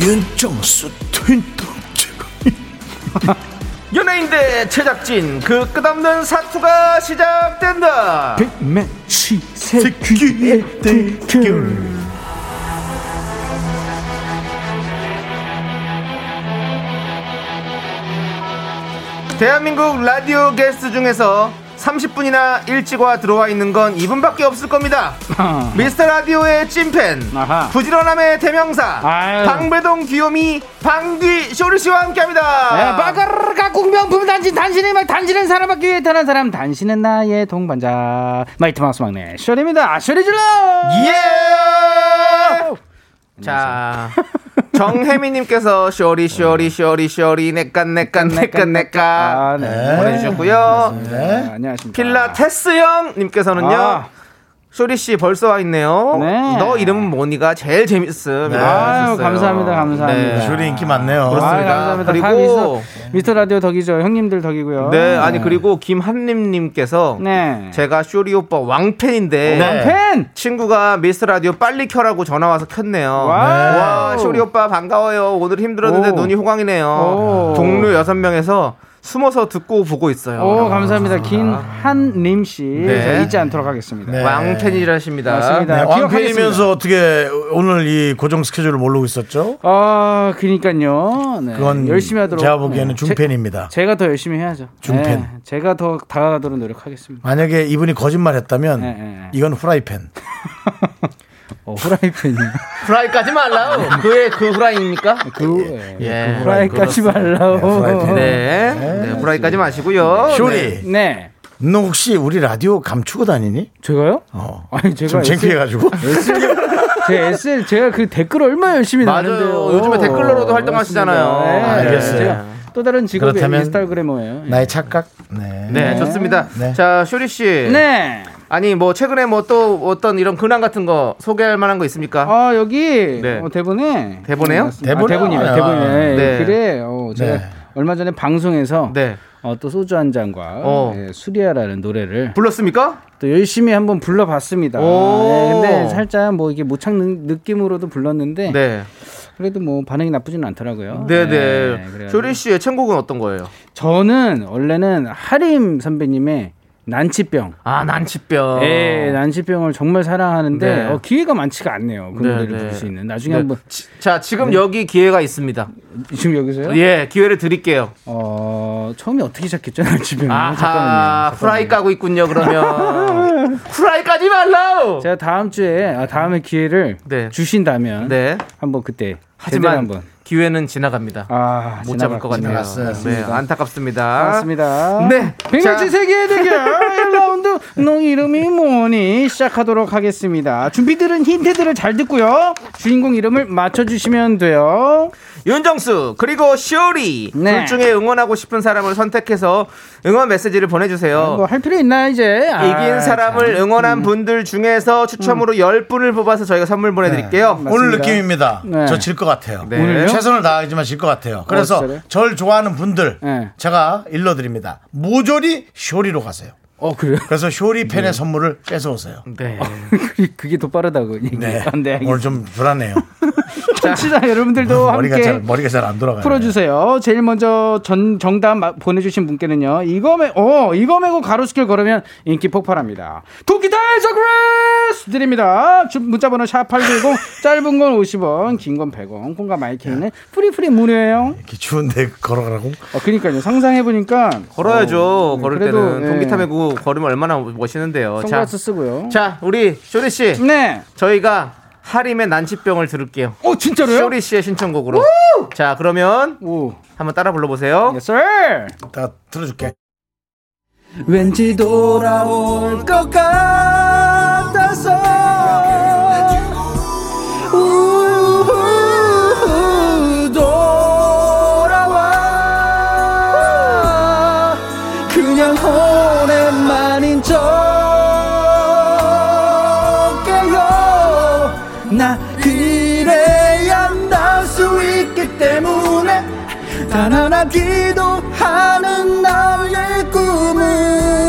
Speaker 1: 윤정수 트윈동체가
Speaker 2: 연예인대 제작진 그 끝없는 사투가 시작된다.
Speaker 1: 백매치 새끼의 대결
Speaker 2: 대한민국 라디오 게스트 중에서 30분이나 일찍 와 들어와 있는 건 이분밖에 없을 겁니다. 미스터 라디오의 찐팬,
Speaker 6: 아하.
Speaker 2: 부지런함의 대명사,
Speaker 6: 아유.
Speaker 2: 방배동 귀요미 방귀 쇼리 씨와 함께합니다.
Speaker 6: 네, 빠가르가 공명품 단신 단신의 말 단신은 사람밖에 위해 태어난 사람 단신은 나의 동반자 마이트 마우스 막내 네, 쇼리입니다 쇼리 질러
Speaker 2: 예! 자. 정혜미님께서 쇼리 쇼리 쇼리 쇼리 내까 내까 내까 내까
Speaker 6: 아, 네.
Speaker 2: 보내주셨고요.
Speaker 6: 네, 안녕하십니까
Speaker 2: 필라테스형님께서는요.
Speaker 6: 아.
Speaker 2: 쇼리 씨 벌써 와 있네요.
Speaker 6: 네.
Speaker 2: 너 이름은 뭐니가 제일 재밌음.
Speaker 6: 아유, 감사합니다, 감사합니다.
Speaker 1: 네. 쇼리 인기 많네요
Speaker 6: 아,
Speaker 2: 그렇습니다.
Speaker 6: 감사합니다 다
Speaker 2: 그리고-
Speaker 6: 미스터, 미스터 라디오 덕이죠 형님들 덕이고요
Speaker 2: 네, 아니 그리고 김한림님께서
Speaker 6: 네. 어,
Speaker 2: 제가 쇼리 오빠 왕팬인데
Speaker 1: 네.
Speaker 6: 팬
Speaker 2: 친구가 미스 라디오 빨리 켜라고 전화 와서 켰네요.
Speaker 6: 와우.
Speaker 2: 와, 쇼리 오빠 반가워요. 오늘 힘들었는데
Speaker 6: 오.
Speaker 2: 눈이 호강이네요.
Speaker 6: 오.
Speaker 2: 동료 여섯 명에서 숨어서 듣고 보고 있어요.
Speaker 6: 오 감사합니다 김한림 씨
Speaker 2: 아, 네.
Speaker 6: 제가 잊지 않도록 하겠습니다
Speaker 1: 네.
Speaker 2: 왕팬이라십니다.
Speaker 6: 맞습니다.
Speaker 1: 네,
Speaker 6: 기억하겠습니다.
Speaker 1: 왕팬이면서 어떻게 오늘 이 고정 스케줄을 모르고 있었죠?
Speaker 6: 아 그니까요 네.
Speaker 1: 그건
Speaker 6: 열심히 하도록
Speaker 1: 제가 보기에는
Speaker 6: 네.
Speaker 1: 중팬입니다.
Speaker 6: 제, 가더 열심히 해야죠
Speaker 1: 중팬.
Speaker 6: 네, 제가 더 다가가도록 노력하겠습니다
Speaker 1: 만약에 이분이 거짓말했다면
Speaker 6: 네, 네.
Speaker 1: 이건 후라이팬.
Speaker 6: 어, 후라이팬이
Speaker 2: 후라이까지 말라요. 그의 그 후라이입니까?
Speaker 6: 그 네. 예. 그
Speaker 2: 예.
Speaker 6: 후라이까지
Speaker 1: 예, 후라이팬.
Speaker 6: 말라고
Speaker 2: 네. 네. 후라이까지 마시고요. 네.
Speaker 1: 쇼리,
Speaker 6: 네
Speaker 1: 너 혹시 우리 라디오 감추고 다니니?
Speaker 6: 제가요?
Speaker 1: 어.
Speaker 6: 아니 제가
Speaker 1: 좀 창피해가지고.
Speaker 6: SL, 제 SL 제가 그 댓글 얼마나 열심히
Speaker 2: 맞아요.
Speaker 6: 나는데요.
Speaker 2: 요즘에 댓글로도 활동하시잖아요.
Speaker 6: 맞습니다.
Speaker 1: 알겠어요.
Speaker 6: 제가 또 다른 직업이
Speaker 1: 그렇다면-
Speaker 6: 인스타그래머예요.
Speaker 1: 나의 착각? 네.
Speaker 2: 네, 좋습니다.
Speaker 1: 네.
Speaker 2: 자, 쇼리 씨.
Speaker 6: 네.
Speaker 2: 아니, 뭐 최근에 뭐 또 어떤 이런 근황 같은 거 소개할 만한 거 있습니까?
Speaker 6: 아 여기
Speaker 2: 네.
Speaker 6: 어, 대본에
Speaker 2: 대본에요?
Speaker 6: 대본
Speaker 1: 대본이요.
Speaker 6: 대본이요. 대본이
Speaker 2: 네.
Speaker 6: 그래. 어, 제가
Speaker 1: 네.
Speaker 6: 얼마 전에 방송에서
Speaker 2: 네.
Speaker 6: 어, 또 소주 한 잔과
Speaker 2: 어.
Speaker 6: 예, 수리아라는 노래를
Speaker 2: 불렀습니까?
Speaker 6: 또 열심히 한번 불러봤습니다.
Speaker 2: 오.
Speaker 6: 예, 근데 살짝 뭐 이게 모창 느- 느낌으로도 불렀는데
Speaker 2: 네.
Speaker 6: 그래도 뭐 반응이 나쁘지는 않더라고요.
Speaker 2: 네,
Speaker 6: 예,
Speaker 2: 네.
Speaker 6: 그래가지고
Speaker 2: 쇼리 씨의 챙곡은 어떤 거예요?
Speaker 6: 저는 원래는 하림 선배님의 난치병.
Speaker 2: 아, 난치병.
Speaker 6: 예, 난치병을 정말 사랑하는데
Speaker 2: 네.
Speaker 6: 어, 기회가 많지가 않네요. 그
Speaker 2: 네,
Speaker 6: 노래를
Speaker 2: 네.
Speaker 6: 부를 수 있는. 나중에
Speaker 2: 네.
Speaker 6: 한번
Speaker 2: 지- 자,
Speaker 6: 네.
Speaker 2: 지금 여기 기회가 있습니다.
Speaker 6: 지금 여기서요?
Speaker 2: 예, 기회를 드릴게요.
Speaker 6: 어, 처음에 어떻게 시작했죠? 난치병.
Speaker 2: 아하,
Speaker 6: 음, 잠깐만요.
Speaker 2: 후라이 까고 있군요, 그러면. 후라이 까지 말라우!
Speaker 6: 제가 다음 주에 아, 다음에 기회를
Speaker 2: 네.
Speaker 6: 주신다면
Speaker 2: 네.
Speaker 6: 한번 그때 제대로
Speaker 2: 하지만
Speaker 6: 한번
Speaker 2: 기회는 지나갑니다.
Speaker 6: 아,
Speaker 2: 못 잡을 것 같네요. 네, 안타깝습니다.
Speaker 6: 맞습니다.
Speaker 2: 네.
Speaker 6: 백명치
Speaker 2: 자.
Speaker 6: 세계 대결 1라운드 너 이름이 뭐니 시작하도록 하겠습니다. 준비들은 힌트들을 잘 듣고요. 주인공 이름을 맞춰주시면 돼요.
Speaker 2: 윤정수 그리고 쇼리
Speaker 6: 네.
Speaker 2: 둘 중에 응원하고 싶은 사람을 선택해서 응원 메시지를 보내주세요.
Speaker 6: 뭐 할 필요 있나 이제? 아, 음.
Speaker 2: 이긴 사람을 응원한 분들 중에서 추첨으로 열 10분을 뽑아서 저희가 선물 보내드릴게요.
Speaker 1: 오늘 느낌입니다.
Speaker 6: 네.
Speaker 1: 저 질 것 같아요. 어,
Speaker 2: 네. 오늘요?
Speaker 1: 최선을 다하지만 질 것 같아요. 그래서
Speaker 6: 그래요?
Speaker 1: 절 좋아하는 분들
Speaker 6: 네.
Speaker 1: 제가 일러드립니다. 모조리 쇼리로 가세요.
Speaker 6: 어 그래요?
Speaker 1: 그래서 쇼리 팬의 선물을 뺏어오세요.
Speaker 6: 음.
Speaker 2: 네.
Speaker 6: 그게- 그게 더 빠르다고
Speaker 1: 네.
Speaker 6: 얘기해요. 네.
Speaker 1: 오늘 좀 불안해요. 어,
Speaker 6: 청취자 여러분들도
Speaker 1: 머리가 잘
Speaker 6: 함께
Speaker 1: 머리가 잘 안 돌아가요.
Speaker 6: 풀어주세요. 제일 먼저 전 정답 마- 보내주신 분께는요. 이거 매, 어 이거 매고 가로수길 걸으면 인기 폭발합니다. 도끼타에서 그레스 드립니다. 주- 문자번호 샵8910 짧은 건 50원, 긴 건 100원. 콩과
Speaker 2: 네.
Speaker 6: 마이크는 프리프리 무료예요.
Speaker 1: 이렇게 추운데 걸어가라고?
Speaker 6: 어, 그러니까요. 상상해 보니까
Speaker 2: 걸어야죠. 걸을
Speaker 6: 그래도,
Speaker 2: 때는
Speaker 6: 예.
Speaker 2: 동기 타매고 걸으면 얼마나 멋있는데요. 자,
Speaker 6: 선글라스 쓰고요.
Speaker 2: 자, 우리 쇼리 씨
Speaker 6: 네.
Speaker 2: 저희가 하림의 난치병을 들을게요.
Speaker 6: 어 진짜로요?
Speaker 2: 쇼리 씨의 신청곡으로. 자, 그러면
Speaker 6: 오.
Speaker 2: 한번 따라 불러보세요.
Speaker 6: Yes, sir.
Speaker 1: 다 틀어줄게.
Speaker 6: 왠지 돌아올 것 같아서
Speaker 5: 나 그래야 날 수 있기 때문에 단 하나 기도하는 나의 꿈은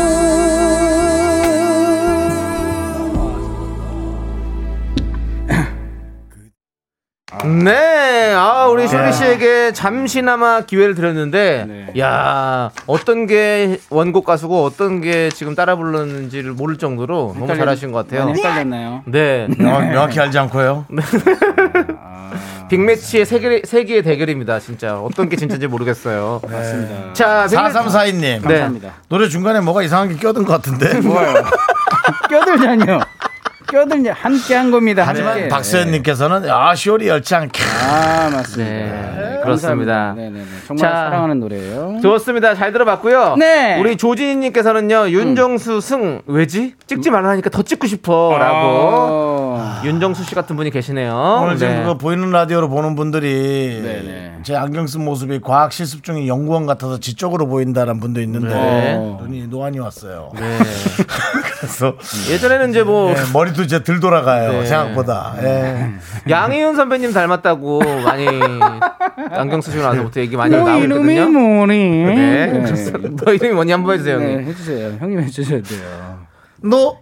Speaker 2: 네, 아 우리 쇼리 씨에게 잠시나마 기회를 드렸는데,
Speaker 6: 네.
Speaker 2: 야 어떤 게 원곡 가수고 어떤 게 지금 따라 불렀는지를 모를 정도로 너무 잘하신 것 같아요.
Speaker 6: 많이 헷갈렸나요?
Speaker 2: 네,
Speaker 1: 명확히 알지 않고요.
Speaker 2: 빅매치의 세계 세계의 대결입니다. 진짜 어떤 게 진짜인지 모르겠어요. 맞습니다. 자, 빅매치-
Speaker 1: 4342님.
Speaker 2: 네.
Speaker 6: 감사합니다.
Speaker 1: 노래 중간에 뭐가 이상한 게 끼어든 것 같은데.
Speaker 2: 뭐,
Speaker 1: 네.
Speaker 6: 껴들자니요. 껴들자 함께 한 겁니다.
Speaker 1: 하지만
Speaker 2: 네.
Speaker 6: 함께. 네.
Speaker 1: 박서연님께서는 아 쇼리 열지 않게
Speaker 6: 아 맞습니다.
Speaker 2: 네,
Speaker 6: 네,
Speaker 2: 그렇습니다.
Speaker 6: 감사합니다. 네네네. 정말
Speaker 2: 자.
Speaker 6: 사랑하는 노래예요.
Speaker 2: 좋습니다. 잘 들어봤고요.
Speaker 6: 어? 네. 음.
Speaker 2: 우리 조진희님께서는요, 윤정수 승 왜지? 찍지 말라 하니까 더 찍고
Speaker 6: 아.
Speaker 2: 싶어라고.
Speaker 6: 어.
Speaker 2: 윤정수 씨 같은 분이 계시네요.
Speaker 1: 오늘 지금
Speaker 2: 네.
Speaker 1: 그거 보이는 라디오로 보는 분들이
Speaker 6: 네네.
Speaker 1: 제 안경 쓴 모습이 과학 실습 중인 연구원 같아서 지적으로 보인다라는 분도 있는데
Speaker 2: 네.
Speaker 1: 눈이 노안이 왔어요.
Speaker 2: 네.
Speaker 1: 그래서
Speaker 2: 예전에는 이제 뭐
Speaker 1: 네, 머리도 이제 들 돌아가요
Speaker 2: 네.
Speaker 1: 생각보다. 예.
Speaker 2: 양희은 선배님 닮았다고 많이 안경 쓰시고 나서부터 얘기 많이
Speaker 6: 너뭐 이름이
Speaker 2: 나오거든요.
Speaker 6: 뭐니?
Speaker 2: 네.
Speaker 6: 네.
Speaker 2: 너 이름이 뭐니 한번 해주세요,
Speaker 6: 네,
Speaker 2: 형님.
Speaker 6: 해주세요. 형님 해주셔야 돼요.
Speaker 1: 너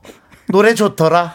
Speaker 1: 노래 좋더라.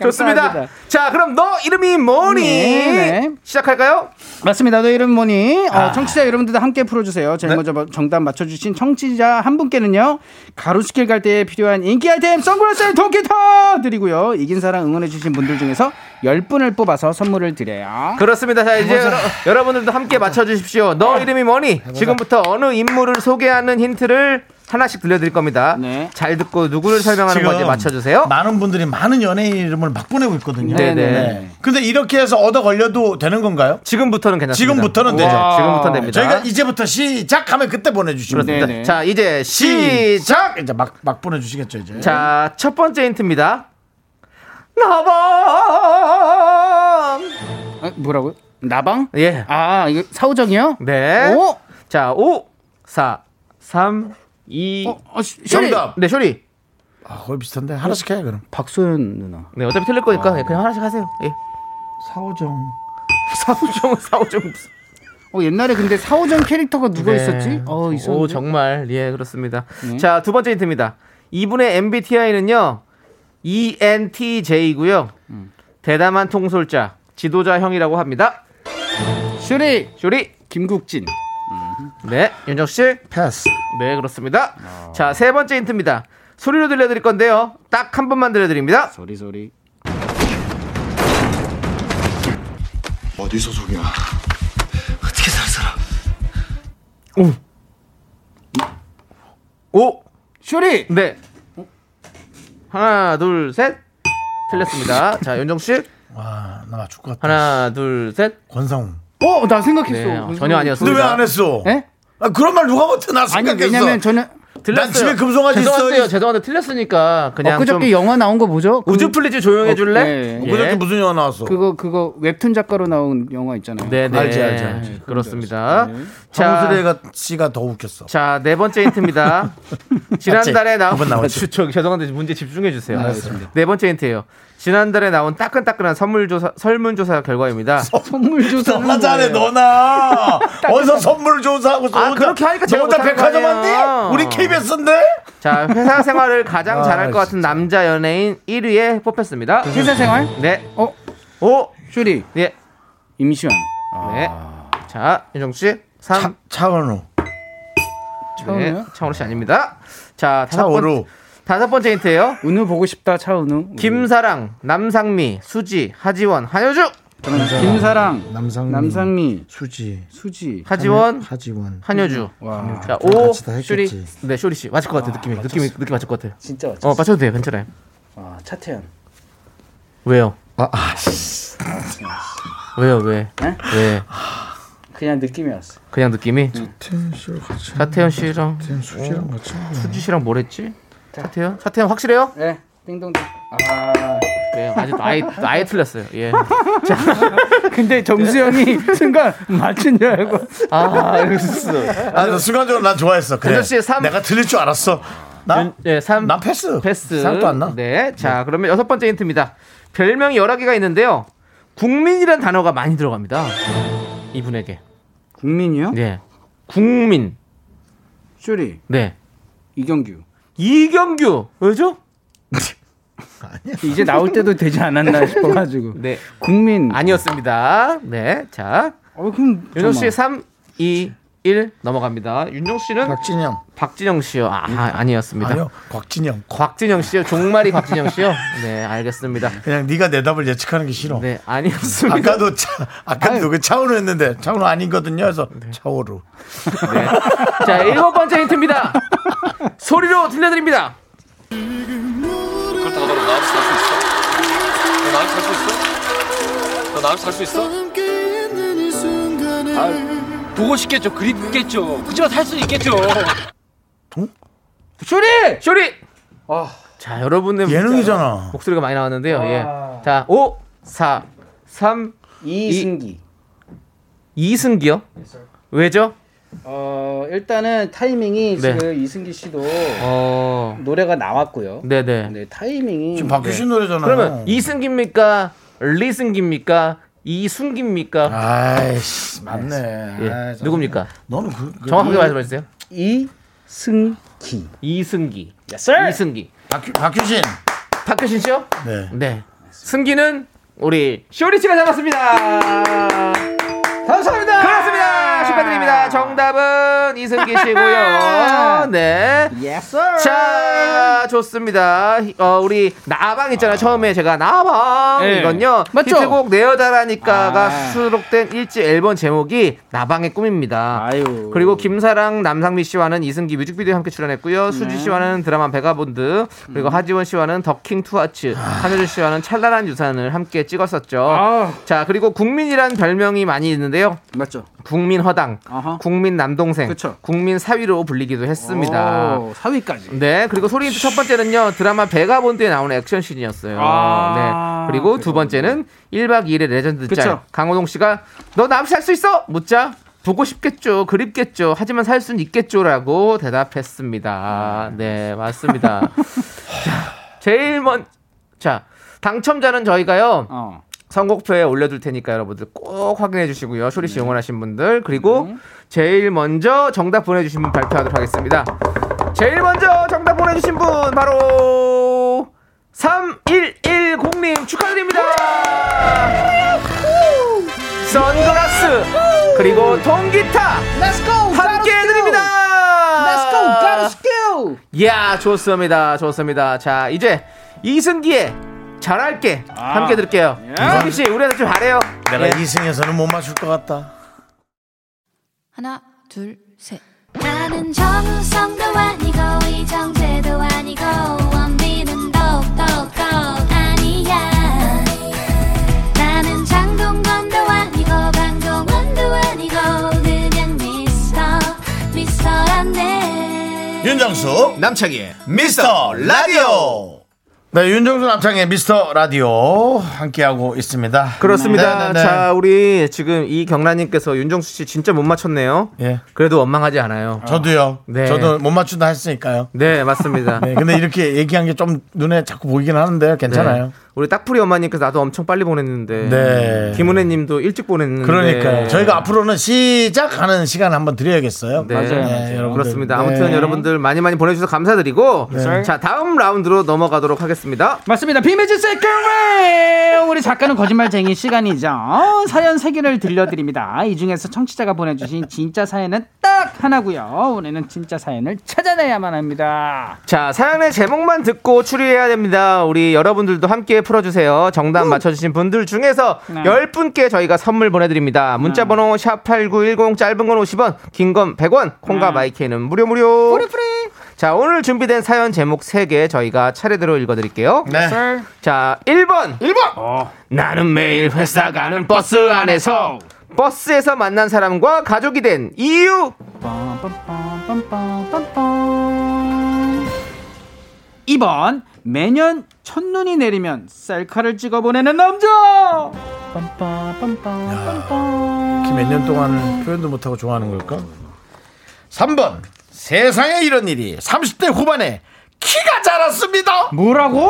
Speaker 2: 좋습니다.
Speaker 6: 감사합니다.
Speaker 2: 자, 그럼 너 이름이 뭐니?
Speaker 6: 네, 네.
Speaker 2: 시작할까요?
Speaker 6: 맞습니다. 너 이름 뭐니? 어,
Speaker 2: 아.
Speaker 6: 청취자 여러분들도 함께 풀어주세요.
Speaker 2: 네.
Speaker 6: 제일 먼저 마- 정답 맞춰주신 청취자 한 분께는요. 가로수길 갈 때 필요한 인기 아이템 선글라스 앤 돈키타 드리고요. 이긴 사람 응원해주신 분들 중에서 10분을 뽑아서 선물을 드려요.
Speaker 2: 그렇습니다. 자, 이제 여러, 분들도 함께 맞춰주십시오. 너 이름이 뭐니? 지금부터 어느 인물을 소개하는 힌트를 하나씩 들려드릴 겁니다.
Speaker 6: 네.
Speaker 2: 잘 듣고 누구를 설명하는 건지 맞춰주세요.
Speaker 1: 많은 분들이 많은 연예인 이름을 막 보내고 있거든요.
Speaker 2: 네네.
Speaker 1: 네. 근데 이렇게 해서 얻어 걸려도 되는 건가요?
Speaker 2: 지금부터는 괜찮습니다.
Speaker 1: 지금부터는 되죠.
Speaker 6: 아,
Speaker 2: 우와. 지금부터는 됩니다.
Speaker 1: 저희가 이제부터 시작하면 그때 보내주시면
Speaker 2: 그렇습니다.
Speaker 1: 돼요.
Speaker 6: 네네.
Speaker 2: 자, 이제 시작!
Speaker 1: 시작 이제 막 막 보내주시겠죠 이제.
Speaker 2: 자, 첫 번째 힌트입니다. 나밤.
Speaker 6: 어, 뭐라고요? 나방?
Speaker 2: 예.
Speaker 6: 아, 이거 사우정이요?
Speaker 2: 네.
Speaker 6: 오!
Speaker 2: 자, 5 4 3 2
Speaker 6: 어, 어, 시- 쇼리.
Speaker 2: 정답. 네, 쇼리.
Speaker 1: 아, 거의 비슷한데 하나씩 해 그럼.
Speaker 6: 박소연 누나.
Speaker 2: 네, 어차피 틀릴
Speaker 6: 아,
Speaker 2: 거니까 예, 그냥 하나씩 하세요. 예.
Speaker 1: 사오정.
Speaker 2: 사우정 사우정.
Speaker 6: 어, 옛날에 근데 사우정 캐릭터가 누가
Speaker 2: 네.
Speaker 6: 있었지? 어,
Speaker 2: 오,
Speaker 6: 있었는데. 네.
Speaker 2: 정말. 예, 그렇습니다. 자, 두 번째 힌트입니다. 이분의 MBTI는요. E ENTJ고요.
Speaker 6: 음.
Speaker 2: 대담한 통솔자, 지도자 형이라고 합니다.
Speaker 6: 쇼리.
Speaker 2: 쇼리.
Speaker 6: 김국진.
Speaker 2: 네, 윤정 씨.
Speaker 1: 패스.
Speaker 2: 네 그렇습니다.
Speaker 6: 아.
Speaker 2: 자 세 번째 힌트입니다. 소리로 들려드릴 건데요. 딱 한 번만 들려드립니다.
Speaker 6: 소리 소리.
Speaker 7: 어디 소속이야? 어떻게 살 사람?
Speaker 2: 오,
Speaker 6: 쇼리.
Speaker 2: 네. 하나, 둘, 셋. 틀렸습니다. 자 윤정 씨.
Speaker 1: 와, 나 맞출 것 같아.
Speaker 2: 하나, 둘, 셋.
Speaker 1: 권상우.
Speaker 6: 어, 나 생각했어.
Speaker 2: 네,
Speaker 6: 무슨
Speaker 2: 전혀 아니었습니다.
Speaker 1: 근데 왜 안 했어?
Speaker 6: 예?
Speaker 1: 아, 그런 말 누가 못해? 나
Speaker 6: 아니
Speaker 1: 생각했어.
Speaker 6: 왜냐면 저는
Speaker 2: 틀렸어요.
Speaker 1: 집에 금송아지 있어.
Speaker 2: 죄송한데요. 죄송한데 틀렸으니까 그냥
Speaker 6: 엊그저께
Speaker 2: 좀
Speaker 6: 영화 나온 거 뭐죠? 그-
Speaker 2: 우주 플리즈 조용해 줄래?
Speaker 6: 어, 네.
Speaker 2: 예.
Speaker 1: 뭐 그저께 무슨 영화 나왔어?
Speaker 6: 그거 그거 웹툰 작가로 나온 영화 있잖아요.
Speaker 2: 네, 네.
Speaker 1: 알지, 알지, 알지.
Speaker 2: 그렇습니다. 자,
Speaker 1: 황수래가 씨가 더 웃겼어.
Speaker 2: 자, 네 번째 힌트입니다. 지난달에 나온
Speaker 1: 그분 나오지.
Speaker 2: 저, 죄송한데 문제 집중해 주세요. 알겠습니다. 네 번째 힌트예요. 지난달에 나온 따끈따끈한 선물조사 설문조사 결과입니다.
Speaker 6: 선물 조사.
Speaker 1: 너나 잘해 너나 어디서 선물 조사하고
Speaker 2: 아, 그렇게 하니까 제가
Speaker 1: 너나
Speaker 2: 못하는
Speaker 1: 백화점
Speaker 2: 거 아니에요.
Speaker 1: 왔니? 우리 KBS인데
Speaker 2: 자, 회사 생활을 가장
Speaker 1: 아,
Speaker 2: 잘할 것 같은
Speaker 1: 진짜. 아,
Speaker 2: 남자 연예인 1위에 뽑혔습니다.
Speaker 6: 회사 생활?
Speaker 2: 네.
Speaker 6: 어,
Speaker 2: 오.
Speaker 6: 쇼리.
Speaker 2: 예.
Speaker 6: 임시완.
Speaker 2: 네.
Speaker 1: 아.
Speaker 2: 자, 윤정 씨. 3.
Speaker 1: 차, 차은우
Speaker 6: 차은우요?
Speaker 2: 네. 차원우 씨 아닙니다. 자, 다섯 번
Speaker 1: 차오루
Speaker 2: 다섯 번째 힌트예요.
Speaker 6: 은우 보고 싶다. 차은우.
Speaker 2: 김사랑, 남상미, 수지, 하지원, 한효주.
Speaker 6: 저는 김사랑.
Speaker 1: 남상미,
Speaker 6: 남상미.
Speaker 1: 수지
Speaker 6: 수지.
Speaker 2: 하지원,
Speaker 1: 하지원
Speaker 2: 한효주.
Speaker 6: 와.
Speaker 2: 자, 오.
Speaker 1: 같이 음, 다
Speaker 2: 쇼리.
Speaker 1: 했겠지.
Speaker 2: 네, 쇼리 씨. 맞을 것 같아. 느낌이. 느낌이 느낌 맞을 것 같아요.
Speaker 6: 진짜 맞죠?
Speaker 2: 어, 맞춰도 돼요. 괜찮아요.
Speaker 6: 아, 차태현.
Speaker 2: 왜요?
Speaker 1: 아, 아
Speaker 2: 왜요? 왜?
Speaker 6: 네?
Speaker 2: 왜?
Speaker 6: 그냥 느낌이 왔어.
Speaker 2: 그냥 느낌이
Speaker 1: 음.
Speaker 2: 차태현 씨랑
Speaker 1: 수지랑 같이
Speaker 2: 수지 씨랑 뭘 했지? 차태현? 차태현 확실해요?
Speaker 6: 네. 띵동댕. 아.
Speaker 2: 네, 아직 아예 아예 틀렸어요. 예.
Speaker 6: 근데 정수영이 순간 맞춘 줄 알고.
Speaker 2: 아, 알겠어.
Speaker 1: 아, 나 순간적으로 난 좋아했어 그래
Speaker 2: 윤정 씨, 삼.
Speaker 1: 내가 틀릴 줄 알았어 나?
Speaker 2: 연- 네, 삼-
Speaker 1: 난 패스.
Speaker 2: 패스.
Speaker 1: 생각도 안 나.
Speaker 2: 네. 자, 그러면 여섯 번째 힌트입니다. 별명이 여러 개가 있는데요. 국민이란 단어가 많이 들어갑니다. 이분에게.
Speaker 6: 국민이요?
Speaker 2: 네. 국민.
Speaker 6: 쇼리
Speaker 2: 네.
Speaker 6: 이경규.
Speaker 2: 이경규. 왜죠?
Speaker 6: 이제 나올 때도 되지 않았나 싶어가지고.
Speaker 2: 네.
Speaker 6: 국민.
Speaker 2: 아니었습니다. 네. 자,
Speaker 6: 어, 그럼
Speaker 2: 윤정 씨
Speaker 6: 잠깐만.
Speaker 2: 3, 2, 1 넘어갑니다. 윤정 씨는
Speaker 1: 곽진영.
Speaker 2: 박진영 씨요. 아, 아니었습니다.
Speaker 1: 아니요. 곽진영.
Speaker 2: 곽진영 씨요. 종말이 곽진영 씨요. 네, 알겠습니다.
Speaker 1: 그냥 네가 내 답을 예측하는 게 싫어.
Speaker 2: 네, 아니었습니다.
Speaker 1: 아까도 차, 아까도 그 차오르 했는데 차오르 아니거든요. 그래서 차오르.
Speaker 2: 네. 자, 일곱 번째 힌트입니다. 소리로 들려드립니다.
Speaker 5: 아, 보고 싶겠죠 그립겠죠 그지만 살 수 있겠죠
Speaker 1: 어?
Speaker 2: 쇼리! 쇼리!
Speaker 5: 아.
Speaker 2: 자, 여러분의 문자
Speaker 1: 예능이잖아.
Speaker 2: 목소리가 많이 나왔는데요.
Speaker 5: 아.
Speaker 2: 예. 자, 5, 4, 3,
Speaker 6: 이승기.
Speaker 2: 이승기요? 왜죠?
Speaker 6: 어 일단은 타이밍이
Speaker 2: 네.
Speaker 6: 지금 이승기 씨도
Speaker 2: 어,
Speaker 6: 노래가 나왔고요.
Speaker 2: 네네.
Speaker 6: 네 타이밍이
Speaker 1: 지금 박효신 노래잖아.
Speaker 2: 네. 그러면 이승기입니까? 리승기입니까? 이순기입니까?
Speaker 1: 아이씨 맞네.
Speaker 2: 예.
Speaker 1: 아, 아이, 참.
Speaker 2: 누굽니까?
Speaker 1: 너는 그, 그
Speaker 2: 정확하게 말씀해 주세요.
Speaker 6: 이승기.
Speaker 2: 이승기. 이승기.
Speaker 1: 박효, 박효신.
Speaker 2: 박효신 씨요?
Speaker 1: 네.
Speaker 2: 네. 승기는 우리 쇼리 씨가 잡았습니다.
Speaker 6: 감사합니다.
Speaker 2: 그렇습니다. 축하드립니다. 정답은 이승기 씨고요. 네.
Speaker 6: Yes sir.
Speaker 2: 자, 좋습니다. 어, 우리 나방 있잖아요. 처음에 제가 나방
Speaker 6: 예.
Speaker 2: 이건요.
Speaker 6: 맞죠?
Speaker 2: 히트곡 내어달라니까가
Speaker 6: 아.
Speaker 2: 수록된 1집 앨범 제목이 나방의 꿈입니다.
Speaker 6: 아유.
Speaker 2: 그리고 김사랑, 남상미 씨와는 이승기 뮤직비디오에 함께 출연했고요.
Speaker 6: 네.
Speaker 2: 수지 씨와는 드라마 베가본드, 그리고
Speaker 6: 음.
Speaker 2: 하지원 씨와는 더킹 투아츠, 한효준 씨와는 찬란한 유산을 함께 찍었었죠.
Speaker 6: 아.
Speaker 2: 자, 그리고 국민이란 별명이 많이 있는데요.
Speaker 6: 맞죠.
Speaker 2: 국민 허당,
Speaker 6: 아하.
Speaker 2: 국민 남동생,
Speaker 6: 그쵸.
Speaker 2: 국민 사위로 불리기도 했습니다.
Speaker 6: 오, 4위까지.
Speaker 2: 네, 그리고 소리인트 첫 번째는요, 드라마 베가본드에 나오는 액션씬이었어요.
Speaker 6: 아,
Speaker 2: 네. 그리고 두 번째는 1박 2일의 레전드
Speaker 6: 그쵸.
Speaker 2: 짤. 강호동 씨가, 너 남씨 할 수 있어! 묻자. 보고 싶겠죠, 그립겠죠, 하지만 살 수는 있겠죠라고 대답했습니다. 네, 맞습니다. 자, 제일 먼, 자, 당첨자는 저희가요,
Speaker 6: 어.
Speaker 2: 선곡표에 올려둘 테니까 여러분들 꼭 확인해 주시고요. 쇼리 씨
Speaker 6: 네.
Speaker 2: 응원하신 분들 그리고 제일 먼저 정답 보내주신 분 발표하도록 하겠습니다. 제일 먼저 정답 보내주신 분 바로 3110님 축하드립니다. 선글라스 그리고 통기타
Speaker 6: Let's go.
Speaker 2: 함께 해드립니다.
Speaker 6: Let's go. Gotta skill.
Speaker 2: 이야 좋습니다 좋습니다 자 이제 이승기의 잘할게
Speaker 6: 아.
Speaker 2: 함께 들을게요
Speaker 6: 예.
Speaker 2: 이승기 씨 우리한테 좀 잘해요
Speaker 1: 내가
Speaker 2: 예.
Speaker 1: 이승에서는 못 맞출 것 같다.
Speaker 3: 하나, 둘, 셋.
Speaker 4: 나는 정우성도 아니고 이정재도 아니고 원빈은 더욱더 아니야 나는 장동건도 아니고 강동원도 아니고 그냥 미스터 미스터란데
Speaker 7: 윤정수 남창희의 미스터 라디오
Speaker 1: 네, 윤정수 남창의 미스터 라디오 함께하고 있습니다.
Speaker 2: 그렇습니다
Speaker 1: 네, 네, 네.
Speaker 2: 자 우리 지금 이경란님께서 윤정수 씨 진짜 못 맞췄네요
Speaker 1: 예.
Speaker 2: 그래도 원망하지 않아요
Speaker 1: 저도요.
Speaker 2: 네.
Speaker 1: 저도 못 맞춘다 했으니까요.
Speaker 2: 네 맞습니다
Speaker 1: 네, 근데 이렇게 얘기한 게 좀 눈에 자꾸 보이긴 하는데 괜찮아요.
Speaker 2: 네. 우리 딱풀이 엄마님께서 나도 엄청 빨리 보냈는데
Speaker 1: 네.
Speaker 2: 김은혜님도 일찍 보냈는데 네.
Speaker 1: 그러니까요. 저희가 앞으로는 시작하는 시간 한번 드려야겠어요.
Speaker 2: 네.
Speaker 6: 맞아요,
Speaker 2: 네,
Speaker 6: 맞아요.
Speaker 1: 여러분들.
Speaker 2: 그렇습니다.
Speaker 1: 네.
Speaker 2: 아무튼 여러분들 많이 많이 보내주셔서 감사드리고 자 다음 라운드로 넘어가도록 하겠습니다.
Speaker 6: 맞습니다. 비매즈 세컨 우리 작가는 거짓말쟁이 시간이죠. 사연 세 개를 들려드립니다. 이 중에서 청취자가 보내주신 진짜 사연은 딱 하나고요. 오늘은 진짜 사연을 찾아내야만 합니다.
Speaker 2: 자, 사연의 제목만 듣고 추리해야 됩니다. 우리 여러분들도 함께 풀어주세요. 정답 맞춰주신 분들 중에서
Speaker 6: 네.
Speaker 2: 열분께 저희가 선물 보내드립니다. 문자번호 샵8910 짧은 건 50원, 긴 건 100원, 콩과
Speaker 6: 네.
Speaker 2: 마이크는 무료 무료. 자, 오늘 준비된 사연 제목 세 개 저희가 차례대로 읽어드릴게요.
Speaker 1: 네.
Speaker 2: 자, 1번. 1번. 나는 매일 회사 가는 버스 안에서 버스에서 만난 사람과 가족이 된 이유.
Speaker 6: 빰빰빰빰빰빰. 2번 매년 첫눈이 내리면 셀카를 찍어 보내는 남자. 빰빰빰빰빰빰.
Speaker 1: 몇 년 동안 표현도 못하고 좋아하는 걸까? 3번. 세상에 이런 일이 30대 후반에 키가 자랐습니다.
Speaker 6: 뭐라고?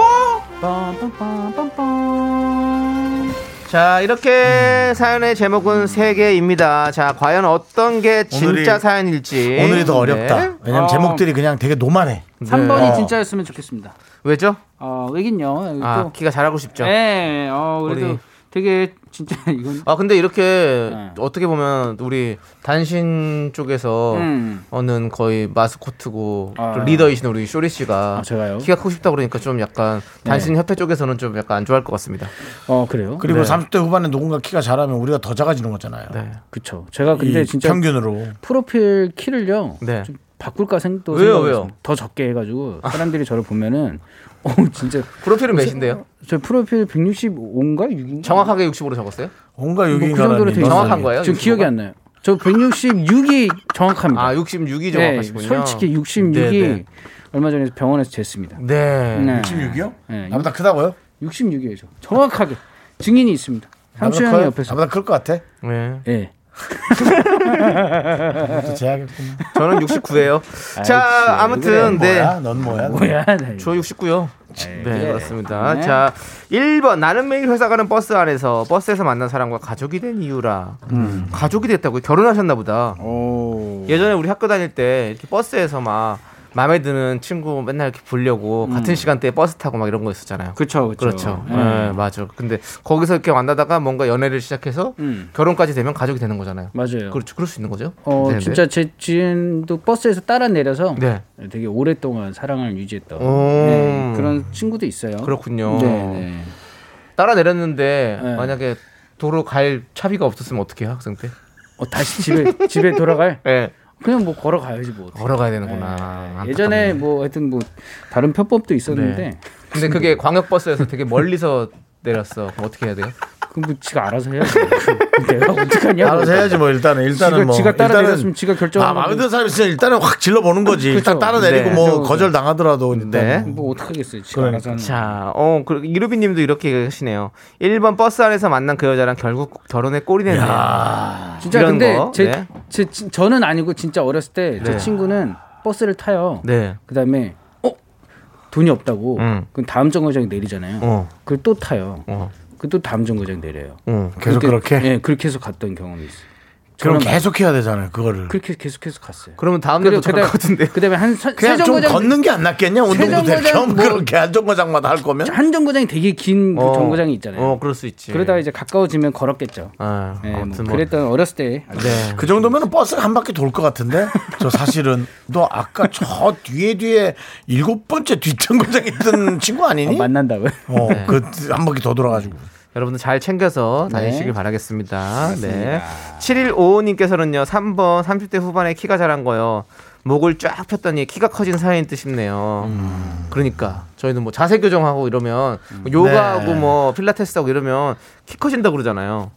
Speaker 2: 자, 이렇게 사연의 제목은 세개입니다자 과연 어떤 게 진짜
Speaker 1: 오늘이-
Speaker 2: 사연일지.
Speaker 1: 오늘이 더
Speaker 2: 네.
Speaker 1: 어렵다. 왜냐면
Speaker 6: 어.
Speaker 1: 제목들이 그냥 되게 노만해.
Speaker 6: 3번이
Speaker 1: 어.
Speaker 6: 진짜였으면 좋겠습니다.
Speaker 2: 왜죠?
Speaker 6: 어, 왜긴요. 여기
Speaker 2: 아,
Speaker 6: 또.
Speaker 2: 키가 잘하고 싶죠.
Speaker 1: 네.
Speaker 6: 예, 어, 그래도
Speaker 2: 우리-
Speaker 6: 되게 진짜 이건
Speaker 2: 아 근데 이렇게
Speaker 6: 네.
Speaker 2: 어떻게 보면 우리 단신 쪽에서
Speaker 6: 음.
Speaker 2: 어는 거의 마스코트고
Speaker 6: 아.
Speaker 2: 또 리더이신 우리 쇼리 씨가
Speaker 6: 아, 제가요?
Speaker 2: 키가 크고 싶다 그러니까 좀 약간
Speaker 1: 네.
Speaker 2: 단신 협회 쪽에서는 좀 약간 안 좋아할 것 같습니다.
Speaker 6: 어, 그래요?
Speaker 1: 그리고
Speaker 2: 네.
Speaker 1: 30대 후반에 누군가 키가 자라면 우리가 더 작아지는 거잖아요.
Speaker 6: 그쵸. 제가 근데
Speaker 1: 이
Speaker 6: 진짜
Speaker 1: 평균으로.
Speaker 6: 프로필 키를요.
Speaker 2: 네.
Speaker 6: 좀 바꿀까 생각도
Speaker 2: 왜요,
Speaker 6: 생각하고
Speaker 2: 왜요?
Speaker 6: 있습니다. 더 적게 해가지고 사람들이 저를 보면은 어 진짜
Speaker 2: 프로필은 몇인데요?
Speaker 6: 저 프로필 165인가 6인가 뭐
Speaker 2: 정확하게 60으로 적었어요?
Speaker 1: 뭔가 여기
Speaker 6: 뭐그 정도로 되게
Speaker 2: 정확한 거예요?
Speaker 6: 지금 기억이 안 나요. 저 166이 정확합니다.
Speaker 2: 아 66이
Speaker 6: 네,
Speaker 2: 정확하시군요.
Speaker 6: 솔직히 66이
Speaker 2: 네.
Speaker 6: 얼마 전에 병원에서 쟀습니다.
Speaker 2: 네. 네.
Speaker 1: 66이요?
Speaker 6: 네.
Speaker 1: 나보다 크다고요?
Speaker 6: 66이에요. 저. 정확하게 증인이 있습니다.
Speaker 1: 나보다
Speaker 6: 삼촌이
Speaker 1: 커요?
Speaker 6: 옆에서.
Speaker 1: 나보다 클 것 같아.
Speaker 2: 네.
Speaker 6: 예. 네.
Speaker 1: 그것도 제약이구나.
Speaker 2: 저는 69예요.
Speaker 6: 아,
Speaker 2: 자 아무튼 네.
Speaker 1: 뭐야? 넌 뭐야? 아,
Speaker 6: 뭐야? 나 이거.
Speaker 2: 저 69요. 네, 그렇습니다.
Speaker 6: 네.
Speaker 2: 자, 1번 나는 매일 회사 가는 버스 안에서 버스에서 만난 사람과 가족이 된 이유라.
Speaker 6: 음.
Speaker 2: 가족이 됐다고요? 결혼하셨나 보다. 예전에 우리 학교 다닐 때 이렇게 버스에서 막 마음에 드는 친구 맨날 이렇게 보려고 같은 시간대에 버스 타고 막 이런 거 있었잖아요.
Speaker 6: 음. 그렇죠,
Speaker 2: 그렇죠.
Speaker 6: 그렇죠. 예.
Speaker 2: 예, 맞아. 근데 거기서 이렇게 만나다가 뭔가 연애를 시작해서
Speaker 6: 음.
Speaker 2: 결혼까지 되면 가족이 되는 거잖아요.
Speaker 6: 맞아요.
Speaker 2: 그렇죠. 그럴 수 있는 거죠.
Speaker 6: 어
Speaker 2: 네네.
Speaker 6: 진짜 제 지인도 버스에서 따라 내려서
Speaker 2: 네.
Speaker 6: 되게 오랫동안 사랑을 유지했던
Speaker 2: 오.
Speaker 6: 네, 그런 친구도 있어요.
Speaker 2: 그렇군요.
Speaker 6: 네, 네.
Speaker 2: 따라 내렸는데
Speaker 6: 네.
Speaker 2: 만약에 도로 갈 차비가 없었으면 어떻게 해요 학생 때?
Speaker 6: 어, 다시 집에 집에 돌아갈
Speaker 2: 예.
Speaker 6: 그냥 뭐 걸어가야지 뭐. 어떻게.
Speaker 2: 걸어가야
Speaker 6: 네.
Speaker 2: 되는구나.
Speaker 6: 예전에
Speaker 2: 안타깝네.
Speaker 6: 뭐 하여튼 뭐 다른 편법도
Speaker 2: 네.
Speaker 6: 있었는데
Speaker 2: 근데 그게 광역버스에서 되게 멀리서 내렸어. 그럼 어떻게 해야 돼요?
Speaker 6: 그건 뭐 지가 알아서 해야지. 뭐. 내가 어떡하냐.
Speaker 1: 알아서 해야지 뭐 일단은 일단은
Speaker 6: 지가,
Speaker 1: 뭐
Speaker 6: 지가 따라
Speaker 1: 일단은
Speaker 6: 내렸으면 지가
Speaker 1: 아,
Speaker 6: 결정하고
Speaker 1: 마음에 드는 사람 있으면 일단은 확 질러 보는 거지. 일단
Speaker 6: 그렇죠.
Speaker 1: 따라 내리고
Speaker 2: 네.
Speaker 1: 뭐
Speaker 6: 그렇죠.
Speaker 1: 거절 당하더라도 일단
Speaker 2: 네.
Speaker 6: 뭐 어떡하겠어요. 지가
Speaker 1: 그러니까.
Speaker 6: 알아서 하는
Speaker 2: 자, 어, 그리고 이루비 님도 이렇게 하시네요. 1번 버스 안에서 만난 그 여자랑 결국 결혼에 꼴이 됐네요.
Speaker 6: 진짜
Speaker 2: 이런
Speaker 6: 근데
Speaker 2: 거,
Speaker 6: 제,
Speaker 2: 네.
Speaker 6: 제 진- 저는 아니고 진짜 어렸을 때 제
Speaker 2: 네.
Speaker 6: 친구는 버스를 타요.
Speaker 2: 네.
Speaker 6: 그다음에 어 돈이 없다고
Speaker 2: 음.
Speaker 6: 그럼 다음 정거장에 내리잖아요.
Speaker 2: 어,
Speaker 6: 그걸 또 타요.
Speaker 2: 어,
Speaker 6: 그또 다음 정거장 내려요.
Speaker 2: 어.
Speaker 1: 계속 그렇게
Speaker 6: 예, 그렇게 해서 갔던 경험이 있어요.
Speaker 1: 그럼
Speaker 6: 저는
Speaker 1: 계속 해야 되잖아요. 그거를
Speaker 6: 그렇게 계속해서 갔어요.
Speaker 2: 그러면 다음 날도 저럴 것 같은데.
Speaker 6: 그다음에 한세
Speaker 1: 그냥 좀
Speaker 6: 정거장
Speaker 1: 걷는 게 안 낫겠냐? 운동도
Speaker 6: 정거장
Speaker 1: 될겸
Speaker 6: 뭐-
Speaker 1: 그렇게 한 정거장마다 할 거면
Speaker 6: 한 정거장이 되게 긴 그
Speaker 2: 어.
Speaker 6: 정거장이 있잖아요.
Speaker 2: 어, 그럴 수 있지.
Speaker 6: 그러다가 이제 가까워지면 걸었겠죠.
Speaker 2: 아,
Speaker 6: 예, 뭐
Speaker 2: 아무튼 뭐.
Speaker 6: 그랬던 어렸을 때 아주
Speaker 2: 네.
Speaker 1: 그 정도면 버스가 한 바퀴 돌 것 같은데 저 사실은 너 아까 저 뒤에 뒤에 일곱 번째 뒷정거장에 있던 친구
Speaker 2: 네.
Speaker 1: 아니니?
Speaker 6: 만난다고요.
Speaker 1: 어, 그 한 바퀴 더 돌아가지고
Speaker 2: 여러분들 잘 챙겨서 다니시길 바라겠습니다. 네. 7155님께서는요, 3번 30대 후반에 키가 자란 거요. 목을 쫙 폈더니 키가 커진 사이인 듯 싶네요. 그러니까 저희는 뭐 자세 교정하고 이러면 뭐
Speaker 1: 네.
Speaker 2: 요가하고 뭐 필라테스하고 이러면 키 커진다 그러잖아요.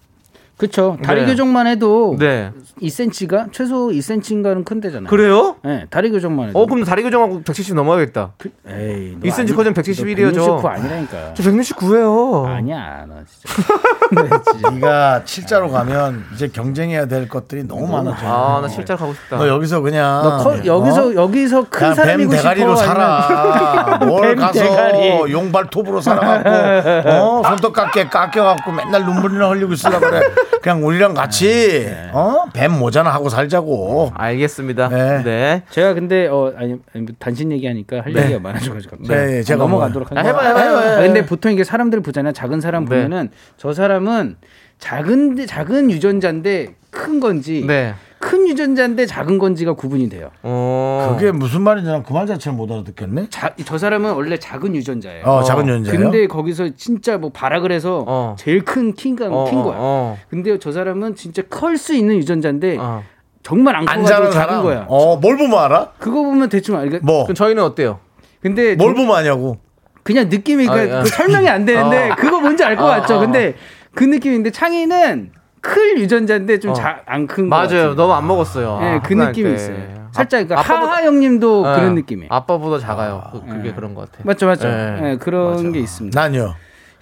Speaker 6: 그렇죠. 다리
Speaker 2: 네.
Speaker 6: 교정만 해도
Speaker 2: 네.
Speaker 6: 2cm가 최소 2cm인가는 큰데잖아요.
Speaker 2: 그래요?
Speaker 6: 예, 다리 교정만 해도.
Speaker 2: 어 그럼 다리 교정하고 170 넘어야겠다.
Speaker 6: 에이, 너
Speaker 2: 2cm
Speaker 6: 아니-
Speaker 2: 커지면
Speaker 6: 너
Speaker 2: 171이에요, 저.
Speaker 6: 169 아니라니까.
Speaker 2: 저 169예요.
Speaker 6: 어. 아니야, 너 진짜. 네, 진짜.
Speaker 1: 네가 실자로 가면 이제 경쟁해야 될 것들이 너무 많아져.
Speaker 2: 아, 나 실제로 가고 싶다.
Speaker 1: 너 어, 여기서 그냥
Speaker 6: 너 커,
Speaker 1: 어?
Speaker 6: 여기서 여기서 큰
Speaker 1: 그냥 뱀
Speaker 6: 사람이고
Speaker 1: 대가리로
Speaker 6: 싶어.
Speaker 1: 살아. 뭘
Speaker 6: 뱀
Speaker 1: 가서
Speaker 6: 대가리.
Speaker 1: 용발톱으로 살아갖고 어? 손톱 깎게 깎여갖고 맨날 눈물이나 흘리고 있으려 그래. 그냥 우리랑 같이
Speaker 6: 네.
Speaker 1: 어? 뱀 모자나 하고 살자고.
Speaker 2: 알겠습니다.
Speaker 1: 네.
Speaker 2: 네.
Speaker 6: 제가 근데 어 아니 아니, 뭐 단신 얘기하니까 할 얘기가 많아져가지고 갑자기.
Speaker 1: 네, 제가
Speaker 6: 넘어가도록
Speaker 1: 뭐-
Speaker 6: 하겠습니다.
Speaker 2: 아, 해봐요, 해봐요, 해봐요.
Speaker 6: 아, 근데 보통 이게 사람들 보잖아요. 작은 사람
Speaker 2: 네.
Speaker 6: 보면은 저 사람은 작은 작은 유전자인데 큰 건지
Speaker 2: 네.
Speaker 6: 큰 유전자인데 작은 건지가 구분이 돼요.
Speaker 2: 어.
Speaker 1: 그게 무슨 말인지 난 그 말 자체를 못 알아듣겠네.
Speaker 6: 자, 저 사람은 원래 작은 유전자예요.
Speaker 1: 어, 작은 연자예요.
Speaker 6: 근데 거기서 진짜 뭐 발악을 해서
Speaker 2: 어.
Speaker 6: 제일 큰 킹가
Speaker 2: 어,
Speaker 6: 킹
Speaker 2: 어,
Speaker 6: 거야.
Speaker 2: 어.
Speaker 6: 근데 저 사람은 진짜 클 수 있는 유전자인데
Speaker 2: 어.
Speaker 6: 정말 안
Speaker 1: 안
Speaker 6: 커가지고
Speaker 1: 자는
Speaker 6: 작은
Speaker 1: 사람.
Speaker 6: 거야.
Speaker 1: 어, 뭘 보면 알아?
Speaker 6: 그거 보면 대충 알겠. 그러니까
Speaker 1: 뭐?
Speaker 2: 그럼 저희는 어때요?
Speaker 6: 근데
Speaker 1: 뭘 보면 아냐고.
Speaker 6: 그냥 느낌이
Speaker 2: 아,
Speaker 6: 그냥
Speaker 2: 아.
Speaker 6: 그 설명이 안 되는데
Speaker 2: 어.
Speaker 6: 그거 뭔지 알 것
Speaker 2: 어,
Speaker 6: 같죠.
Speaker 2: 어, 어.
Speaker 6: 근데 그 느낌인데 창의는 클 유전자인데
Speaker 2: 어.
Speaker 6: 좀 안큰거
Speaker 2: 맞아요. 너무 안 먹었어요.
Speaker 6: 예,
Speaker 2: 아,
Speaker 6: 그
Speaker 2: 학교
Speaker 6: 느낌이
Speaker 2: 다닐 때.
Speaker 6: 있어요.
Speaker 2: 아,
Speaker 6: 살짝 그
Speaker 2: 아빠보다-
Speaker 6: 하하 형님도
Speaker 2: 예,
Speaker 6: 그런 느낌이에요. 예.
Speaker 2: 아빠보다 작아요. 그, 게 그런 것 같아요.
Speaker 6: 맞죠, 맞죠.
Speaker 2: 예,
Speaker 6: 예, 그런
Speaker 2: 맞아요.
Speaker 6: 게 있습니다.
Speaker 1: 난요.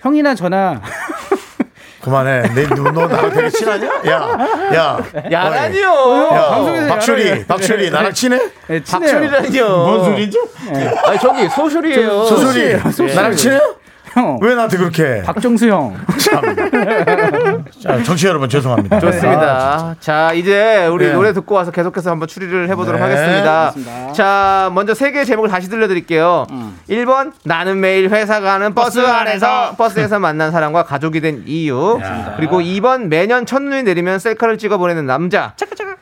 Speaker 6: 형이나 저나
Speaker 1: 그만해. 내 눈, 너 나랑 되게 친하냐? 야, 야.
Speaker 2: 야라니요.
Speaker 1: 어이. 야,
Speaker 6: 방송에서
Speaker 1: 박철이,
Speaker 6: 야라니.
Speaker 1: 박철이, 나랑 친해?
Speaker 6: 네, 친해요.
Speaker 2: 어. 박소리라니요.
Speaker 1: 뭔 소리죠?
Speaker 2: 예. 아 저기 소설이에요.
Speaker 1: 어. 소설이. 나랑 친해?
Speaker 6: 형.
Speaker 1: 왜 나한테 그렇게 해?
Speaker 6: 박정수 형.
Speaker 1: 자, 정치 여러분 죄송합니다.
Speaker 2: 좋습니다. 아, 자, 이제 우리
Speaker 1: 네.
Speaker 2: 노래 듣고 와서 계속해서 한번 추리를 해보도록
Speaker 1: 네.
Speaker 2: 하겠습니다. 자, 먼저 세 개의 제목을 다시 들려드릴게요. 1번, 나는 매일 회사 가는 버스, 안에서, 버스에서 만난 사람과 가족이 된 이유. 그리고 2번, 매년 첫눈이 내리면 셀카를 찍어 보내는 남자.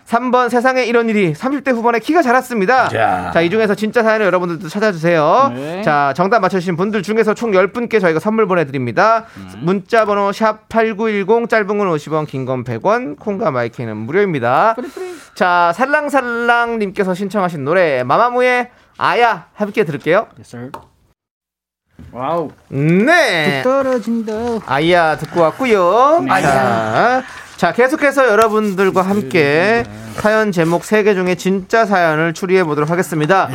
Speaker 2: 3번, 세상에 이런 일이 30대 후반에 키가 자랐습니다. 자, 이 중에서 진짜 사연을 여러분들도 찾아주세요.
Speaker 6: 네.
Speaker 2: 자, 정답 맞춰주신 분들 중에서 총 10분께 저희가 선물 보내드립니다. 문자번호 샵8910, 짧은 건 50원, 긴 건 100원, 콩과 마이크는 무료입니다. 자, 살랑살랑님께서 신청하신 노래, 마마무의 아야, 함께 들을게요.
Speaker 6: 와우.
Speaker 2: 네.
Speaker 6: 떨어진다.
Speaker 2: 아이야 듣고 왔고요. 자, 자, 계속해서 여러분들과 함께 사연 제목 3개 중에 진짜 사연을 추리해 보도록 하겠습니다.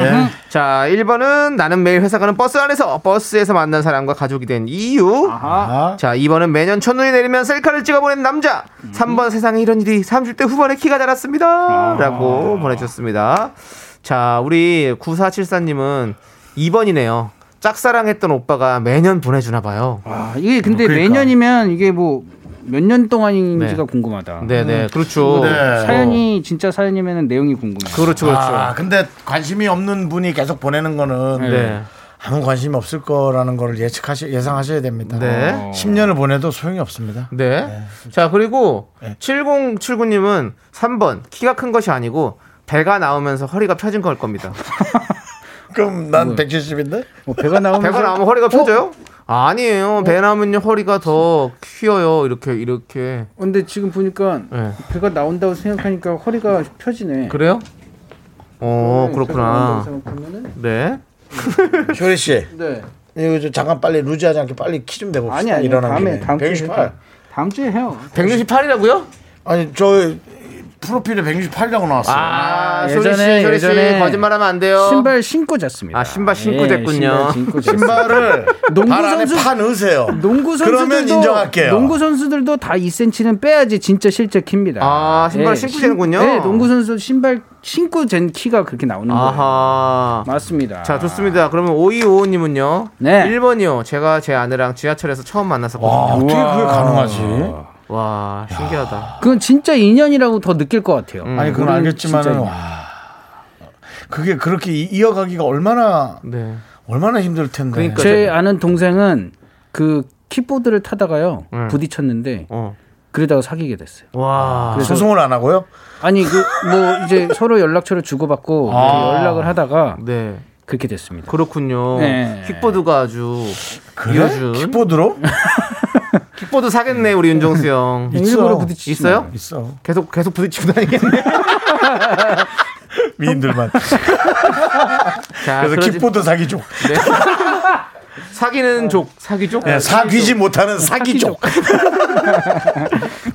Speaker 2: 자, 1번은 나는 매일 회사 가는 버스 안에서 버스에서 만난 사람과 가족이 된 이유.
Speaker 1: 아,
Speaker 2: 자, 2번은 매년 첫눈이 내리면 셀카를 찍어 보낸 남자. 3번 세상에 이런 일이 30대 후반에 키가 자랐습니다. 라고 보내주셨습니다. 자, 우리 9474님은 2번이네요. 짝사랑했던 오빠가 매년 보내주나 봐요.
Speaker 6: 아, 이게 근데
Speaker 1: 그러니까.
Speaker 6: 매년이면 이게 뭐 몇 년 동안인지가
Speaker 2: 뭐 네.
Speaker 6: 궁금하다.
Speaker 2: 네네 그렇죠.
Speaker 1: 아. 네.
Speaker 6: 사연이 진짜 사연이면 내용이 궁금해.
Speaker 2: 그렇죠 그렇죠.
Speaker 1: 아, 근데 관심이 없는 분이 계속 보내는 거는
Speaker 2: 네.
Speaker 1: 아무 관심이 없을 거라는 걸 예측하시 예상하셔야 됩니다.
Speaker 2: 네.
Speaker 1: 10년을 보내도 소용이 없습니다.
Speaker 2: 네. 자 그리고
Speaker 1: 네.
Speaker 2: 7079님은 3번 키가 큰 것이 아니고 배가 나오면서 허리가 펴진 걸 겁니다.
Speaker 1: 그럼 난 170인데?
Speaker 6: 뭐 배가 나오면서
Speaker 2: 배가 나오면
Speaker 6: 어?
Speaker 2: 허리가 펴져요? 아니에요. 배 나오면요 허리가 더 휘어요. 이렇게 이렇게.
Speaker 6: 근데 지금 보니까
Speaker 2: 네.
Speaker 6: 배가 나온다고 생각하니까 허리가 펴지네.
Speaker 2: 그래요? 어 그렇구나.
Speaker 6: 생각하면은?
Speaker 2: 네.
Speaker 1: 효리 씨,
Speaker 6: 네.
Speaker 1: 이거 좀 잠깐 빨리 루즈하지 않게 빨리 키 좀 내봅시다.
Speaker 6: 아니 아니
Speaker 1: 일어나는 김에.
Speaker 6: 다음에 다음 주에
Speaker 1: 168.
Speaker 6: 해요. 다음 주에 해요.
Speaker 2: 168이라고요?
Speaker 1: 아니 저 프로필에 168이라고 나왔어요.
Speaker 2: 아,
Speaker 6: 예전에,
Speaker 2: 효리 씨, 효리 씨
Speaker 6: 예전에
Speaker 2: 거짓말하면 안 돼요.
Speaker 6: 신발 신고 잤습니다.
Speaker 2: 아 신발 신고
Speaker 6: 예,
Speaker 2: 됐군요.
Speaker 6: 신발 신고 잤습니다.
Speaker 1: 신발을
Speaker 6: 농구
Speaker 1: 발 안에
Speaker 6: 선수-
Speaker 1: 파 넣으세요.
Speaker 6: 농구
Speaker 1: 그러면
Speaker 6: 선수들도
Speaker 1: 인정할게요.
Speaker 6: 농구 선수들도 다 2cm는 빼야지 진짜 실제 킵니다.
Speaker 2: 아, 신발을 신고
Speaker 6: 신-
Speaker 2: 재는군요.
Speaker 6: 네, 농구 선수 신발 신고 잰 키가 그렇게 나오는 거예요.
Speaker 2: 아하.
Speaker 6: 맞습니다.
Speaker 2: 자 좋습니다. 그러면 오이오오님은요.
Speaker 6: 네.
Speaker 2: 1번이요. 제가 제 아내랑 지하철에서 처음
Speaker 1: 와,
Speaker 2: 만났었거든요.
Speaker 1: 어떻게 그게 가능하지?
Speaker 2: 와 신기하다.
Speaker 6: 그건 진짜 인연이라고 더 느낄 것 같아요.
Speaker 2: 음.
Speaker 1: 아니 그건
Speaker 6: 그건
Speaker 1: 알겠지만은
Speaker 6: 진짜
Speaker 1: 와. 그게 그렇게 이- 이어가기가 얼마나
Speaker 2: 네.
Speaker 1: 얼마나 힘들 텐데.
Speaker 2: 그러니까.
Speaker 6: 제 아는 동생은 그 킥보드를 타다가요
Speaker 2: 음.
Speaker 6: 부딪혔는데
Speaker 2: 어.
Speaker 6: 그러다가 사귀게 됐어요.
Speaker 2: 와.
Speaker 1: 소송을 안 하고요?
Speaker 6: 아니 그 뭐 이제 서로 연락처를 주고받고
Speaker 1: 아.
Speaker 6: 연락을 하다가
Speaker 2: 네.
Speaker 6: 그렇게 됐습니다.
Speaker 2: 그렇군요.
Speaker 6: 네.
Speaker 2: 킥보드가 아주 이어준. 킥보...
Speaker 1: 킥보드로?
Speaker 2: 킥보드 사겠네 우리 윤종수 형.
Speaker 1: 있어.
Speaker 6: 일부러 부딪히
Speaker 2: 있어요?
Speaker 1: 있어.
Speaker 2: 계속 계속 부딪히고 다니겠네.
Speaker 1: 미인들만.
Speaker 2: 자
Speaker 6: 아,
Speaker 1: 그래서
Speaker 2: 그러지-
Speaker 1: 킥보드 사기족.
Speaker 2: 네. 사기는 족 사기족.
Speaker 6: 아,
Speaker 1: 예, 사귀지 못하는 사기족.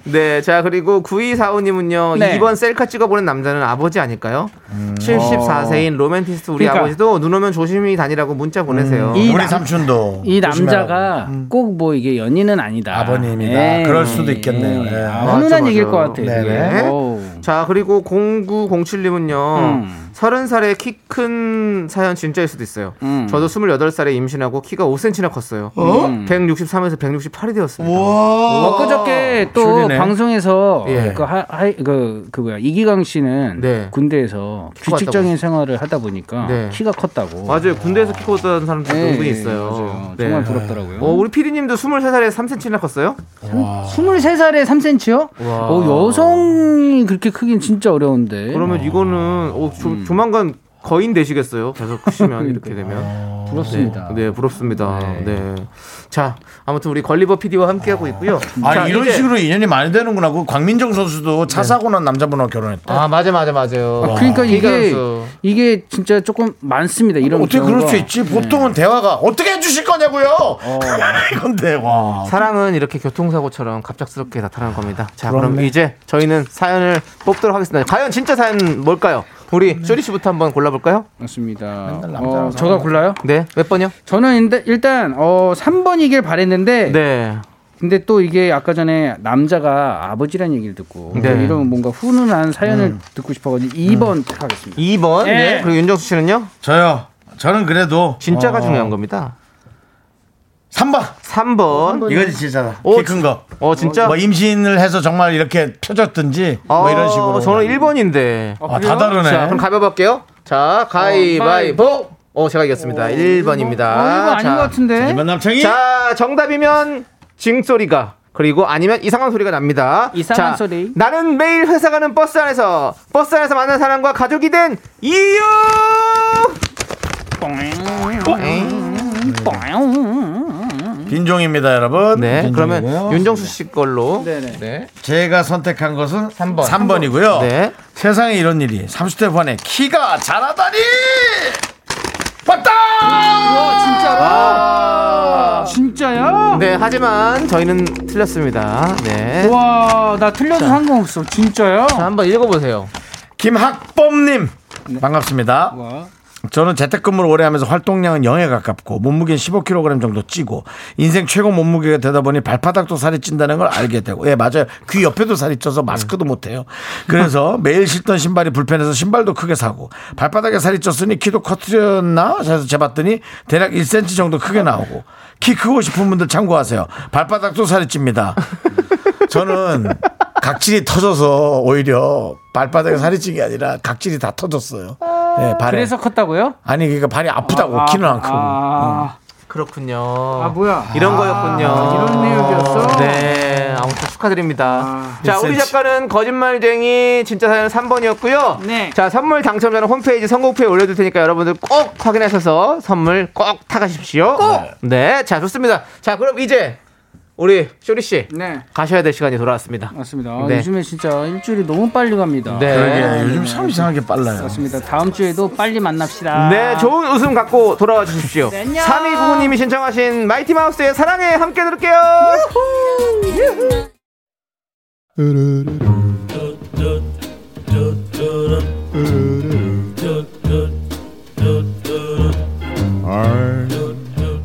Speaker 2: 네, 자 그리고 9245님은요.
Speaker 6: 네.
Speaker 2: 2번 셀카 찍어보낸 남자는 아버지 아닐까요?
Speaker 6: 음.
Speaker 2: 74세인 로맨티스트 우리
Speaker 6: 그러니까.
Speaker 2: 아버지도 눈 오면 조심히 다니라고
Speaker 6: 음.
Speaker 2: 문자 보내세요.
Speaker 6: 이
Speaker 1: 우리
Speaker 6: 남-
Speaker 1: 삼촌도.
Speaker 6: 이
Speaker 1: 조심해라.
Speaker 6: 남자가 꼭 뭐 이게 연인은 아니다. 예.
Speaker 1: 아버님이다. 그럴 수도 있겠네요. 예.
Speaker 6: 아,
Speaker 2: 맞아,
Speaker 6: 훈훈한
Speaker 2: 맞아.
Speaker 6: 얘기일 것 같아요.
Speaker 2: 네네.
Speaker 6: 이게. 어우.
Speaker 2: 자 그리고 0907님은요.
Speaker 6: 음.
Speaker 2: 30살에 키 큰 사연 진짜일 수도 있어요.
Speaker 6: 음.
Speaker 2: 저도 28살에 임신하고 키가 5cm나 컸어요. 163에서 168이 되었습니다.
Speaker 6: 엊그저께 또
Speaker 1: 줄이네.
Speaker 2: 어,
Speaker 6: 방송에서
Speaker 2: 예.
Speaker 6: 그, 하, 하, 그, 그 뭐야 이기강 씨는
Speaker 2: 네.
Speaker 6: 군대에서
Speaker 2: 키가
Speaker 6: 규칙적인 생활을 하다 보니까
Speaker 2: 네.
Speaker 6: 키가 컸다고.
Speaker 2: 맞아요. 군대에서 키 컸다는 사람들
Speaker 6: 예,
Speaker 2: 은근히
Speaker 6: 예,
Speaker 2: 있어요.
Speaker 6: 맞아요.
Speaker 2: 네.
Speaker 6: 정말 부럽더라고요.
Speaker 2: 어, 우리 피디님도 23살에 3cm나 컸어요?
Speaker 6: 23살에 3cm요?
Speaker 2: 와.
Speaker 6: 어, 여성이 그렇게 크긴 진짜 어려운데.
Speaker 2: 네. 그러면 이거는 어, 조,
Speaker 1: 음.
Speaker 2: 조만간 거인 되시겠어요. 계속 크시면 이렇게 되면.
Speaker 1: 아,
Speaker 6: 부럽습니다.
Speaker 2: 네, 부럽습니다. 네. 자, 아무튼 우리 걸리버 PD와 함께하고 있고요.
Speaker 1: 아,
Speaker 2: 자,
Speaker 1: 이런
Speaker 2: 이제- 네.
Speaker 1: 식으로 인연이 많이 되는구나. 그 광민정 선수도 차 사고 난 남자분하고 결혼했다.
Speaker 2: 아, 맞아, 맞아, 맞아요.
Speaker 6: 아, 그러니까 이게
Speaker 2: 기가수.
Speaker 6: 이게 진짜 조금 많습니다. 이런
Speaker 1: 어떻게 그럴
Speaker 6: 경우가.
Speaker 1: 수 있지?
Speaker 2: 네.
Speaker 1: 보통은 대화가 어떻게 해주실 거냐고요? 이건데 와.
Speaker 2: 사랑은 이렇게 교통사고처럼 갑작스럽게 나타나는 겁니다. 자,
Speaker 1: 그렇네.
Speaker 2: 그럼 이제 저희는 사연을 뽑도록 하겠습니다. 과연 진짜 사연 뭘까요?
Speaker 1: 네.
Speaker 2: 우리 쇼리 씨부터 한번 골라볼까요?
Speaker 6: 맞습니다.
Speaker 1: 남자랑
Speaker 6: 어, 저가 골라요?
Speaker 2: 네, 몇 번요?
Speaker 6: 저는 인데- 일단 어 3번이길 바랬는데
Speaker 2: 네.
Speaker 6: 근데 또 이게 아까 전에 남자가 아버지란 얘기를 듣고
Speaker 2: 네.
Speaker 6: 이런 뭔가 훈훈한 사연을 듣고 싶어가지고 2번 탁 하겠습니다.
Speaker 2: 2번.
Speaker 6: 예.
Speaker 2: 네. 그리고 윤정수 씨는요?
Speaker 1: 저요. 저는 그래도
Speaker 2: 진짜가
Speaker 1: 어,
Speaker 2: 중요한 겁니다.
Speaker 1: 3번.
Speaker 2: 3번.
Speaker 1: 이거지 진짜다.
Speaker 2: 오,
Speaker 1: 키 큰 거.
Speaker 2: 어, 진짜?
Speaker 1: 뭐 임신을 해서 정말 이렇게 펴졌든지 뭐
Speaker 2: 아,
Speaker 1: 이런 식으로.
Speaker 2: 저는 1번인데.
Speaker 1: 아, 다 다르네.
Speaker 2: 자, 그럼 가위바위보 할게요. 자, 가위바위보. 어, 제가 이겼습니다. 1번입니다.
Speaker 6: 어, 이거 아닌
Speaker 2: 자,
Speaker 6: 것 같은데.
Speaker 1: 이번 남창이
Speaker 2: 자, 정답이면 징소리가 그리고 아니면 이상한 소리가 납니다.
Speaker 6: 이상한
Speaker 2: 자,
Speaker 6: 소리.
Speaker 2: 나는 매일 회사 가는 버스 안에서 버스 안에서 만난 사람과 가족이 된 이유.
Speaker 1: 빈종입니다, 여러분.
Speaker 2: 네, 그러면
Speaker 1: 빈종이고요.
Speaker 2: 윤정수 씨 걸로.
Speaker 6: 네네.
Speaker 2: 네.
Speaker 1: 제가 선택한 것은
Speaker 2: 3번.
Speaker 1: 3번이고요.
Speaker 2: 네.
Speaker 1: 세상에 이런 일이 30대 후반에 키가 자라다니! 왔다!
Speaker 6: 진짜야?
Speaker 2: 네, 하지만 저희는 틀렸습니다. 네.
Speaker 6: 와, 나 틀려도 상관없어. 진짜야?
Speaker 2: 자, 한번 읽어보세요.
Speaker 1: 김학범님 반갑습니다. 저는 재택근무를 오래 하면서 활동량은 0에 가깝고 몸무게는 15kg 정도 찌고 인생 최고 몸무게가 되다 보니 발바닥도 살이 찐다는 걸 알게 되고 예 맞아요 귀 옆에도 살이 쪄서 마스크도 못해요 그래서 매일 신던 신발이 불편해서 신발도 크게 사고 발바닥에 살이 쪘으니 키도 커트렸나 해서 재봤더니 대략 1cm 정도 크게 나오고 키 크고 싶은 분들 참고하세요 발바닥도 살이 찝니다 저는 각질이 터져서 오히려 발바닥에 살이 찐 게 아니라 각질이 다 터졌어요. 네, 발에.
Speaker 6: 그래서 컸다고요?
Speaker 1: 아니 그러니까 발이 아프다고 키는 안 크고.
Speaker 6: 아,
Speaker 2: 그렇군요.
Speaker 6: 아,
Speaker 2: 음.
Speaker 6: 뭐야?
Speaker 2: 이런 거였군요.
Speaker 6: 이런 내용이었어?
Speaker 2: 네, 아무튼 축하드립니다. 자, 우리
Speaker 1: 1cm.
Speaker 2: 작가는 거짓말쟁이 진짜 사연 3번이었고요.
Speaker 6: 네.
Speaker 2: 자, 선물 당첨자는 홈페이지 선곡표에 올려둘 테니까 여러분들 꼭 확인하셔서 선물 꼭 타가십시오. 네, 자, 좋습니다. 자, 그럼 이제 우리 쇼리 씨
Speaker 6: 네.
Speaker 2: 가셔야 될 시간이 돌아왔습니다.
Speaker 6: 맞습니다.
Speaker 2: 네.
Speaker 6: 아, 요즘에 진짜 일주일이 너무 빨리 갑니다.
Speaker 1: 그러게 네, 요즘 참 이상하게 빨라요.
Speaker 6: 맞습니다. 다음 주에도 빨리 만납시다.
Speaker 2: 네, 좋은 웃음 갖고 돌아와 주십시오.
Speaker 6: 네, 안녕.
Speaker 2: 3299님이 신청하신 마이티 마우스의 사랑해 함께 들을게요.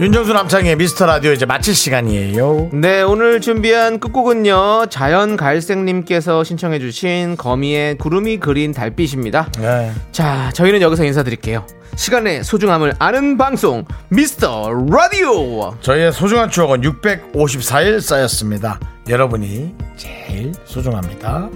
Speaker 1: 윤정수 남창의 미스터 라디오 이제 마칠 시간이에요.
Speaker 2: 네, 오늘 준비한 끝곡은요. 자연갈색님께서 신청해주신 거미의 구름이 그린 달빛입니다.
Speaker 1: 네.
Speaker 2: 자, 저희는 여기서 인사드릴게요. 시간의 소중함을 아는 방송, 미스터 라디오!
Speaker 1: 저희의 소중한 추억은 654일 쌓였습니다. 여러분이 제일 소중합니다.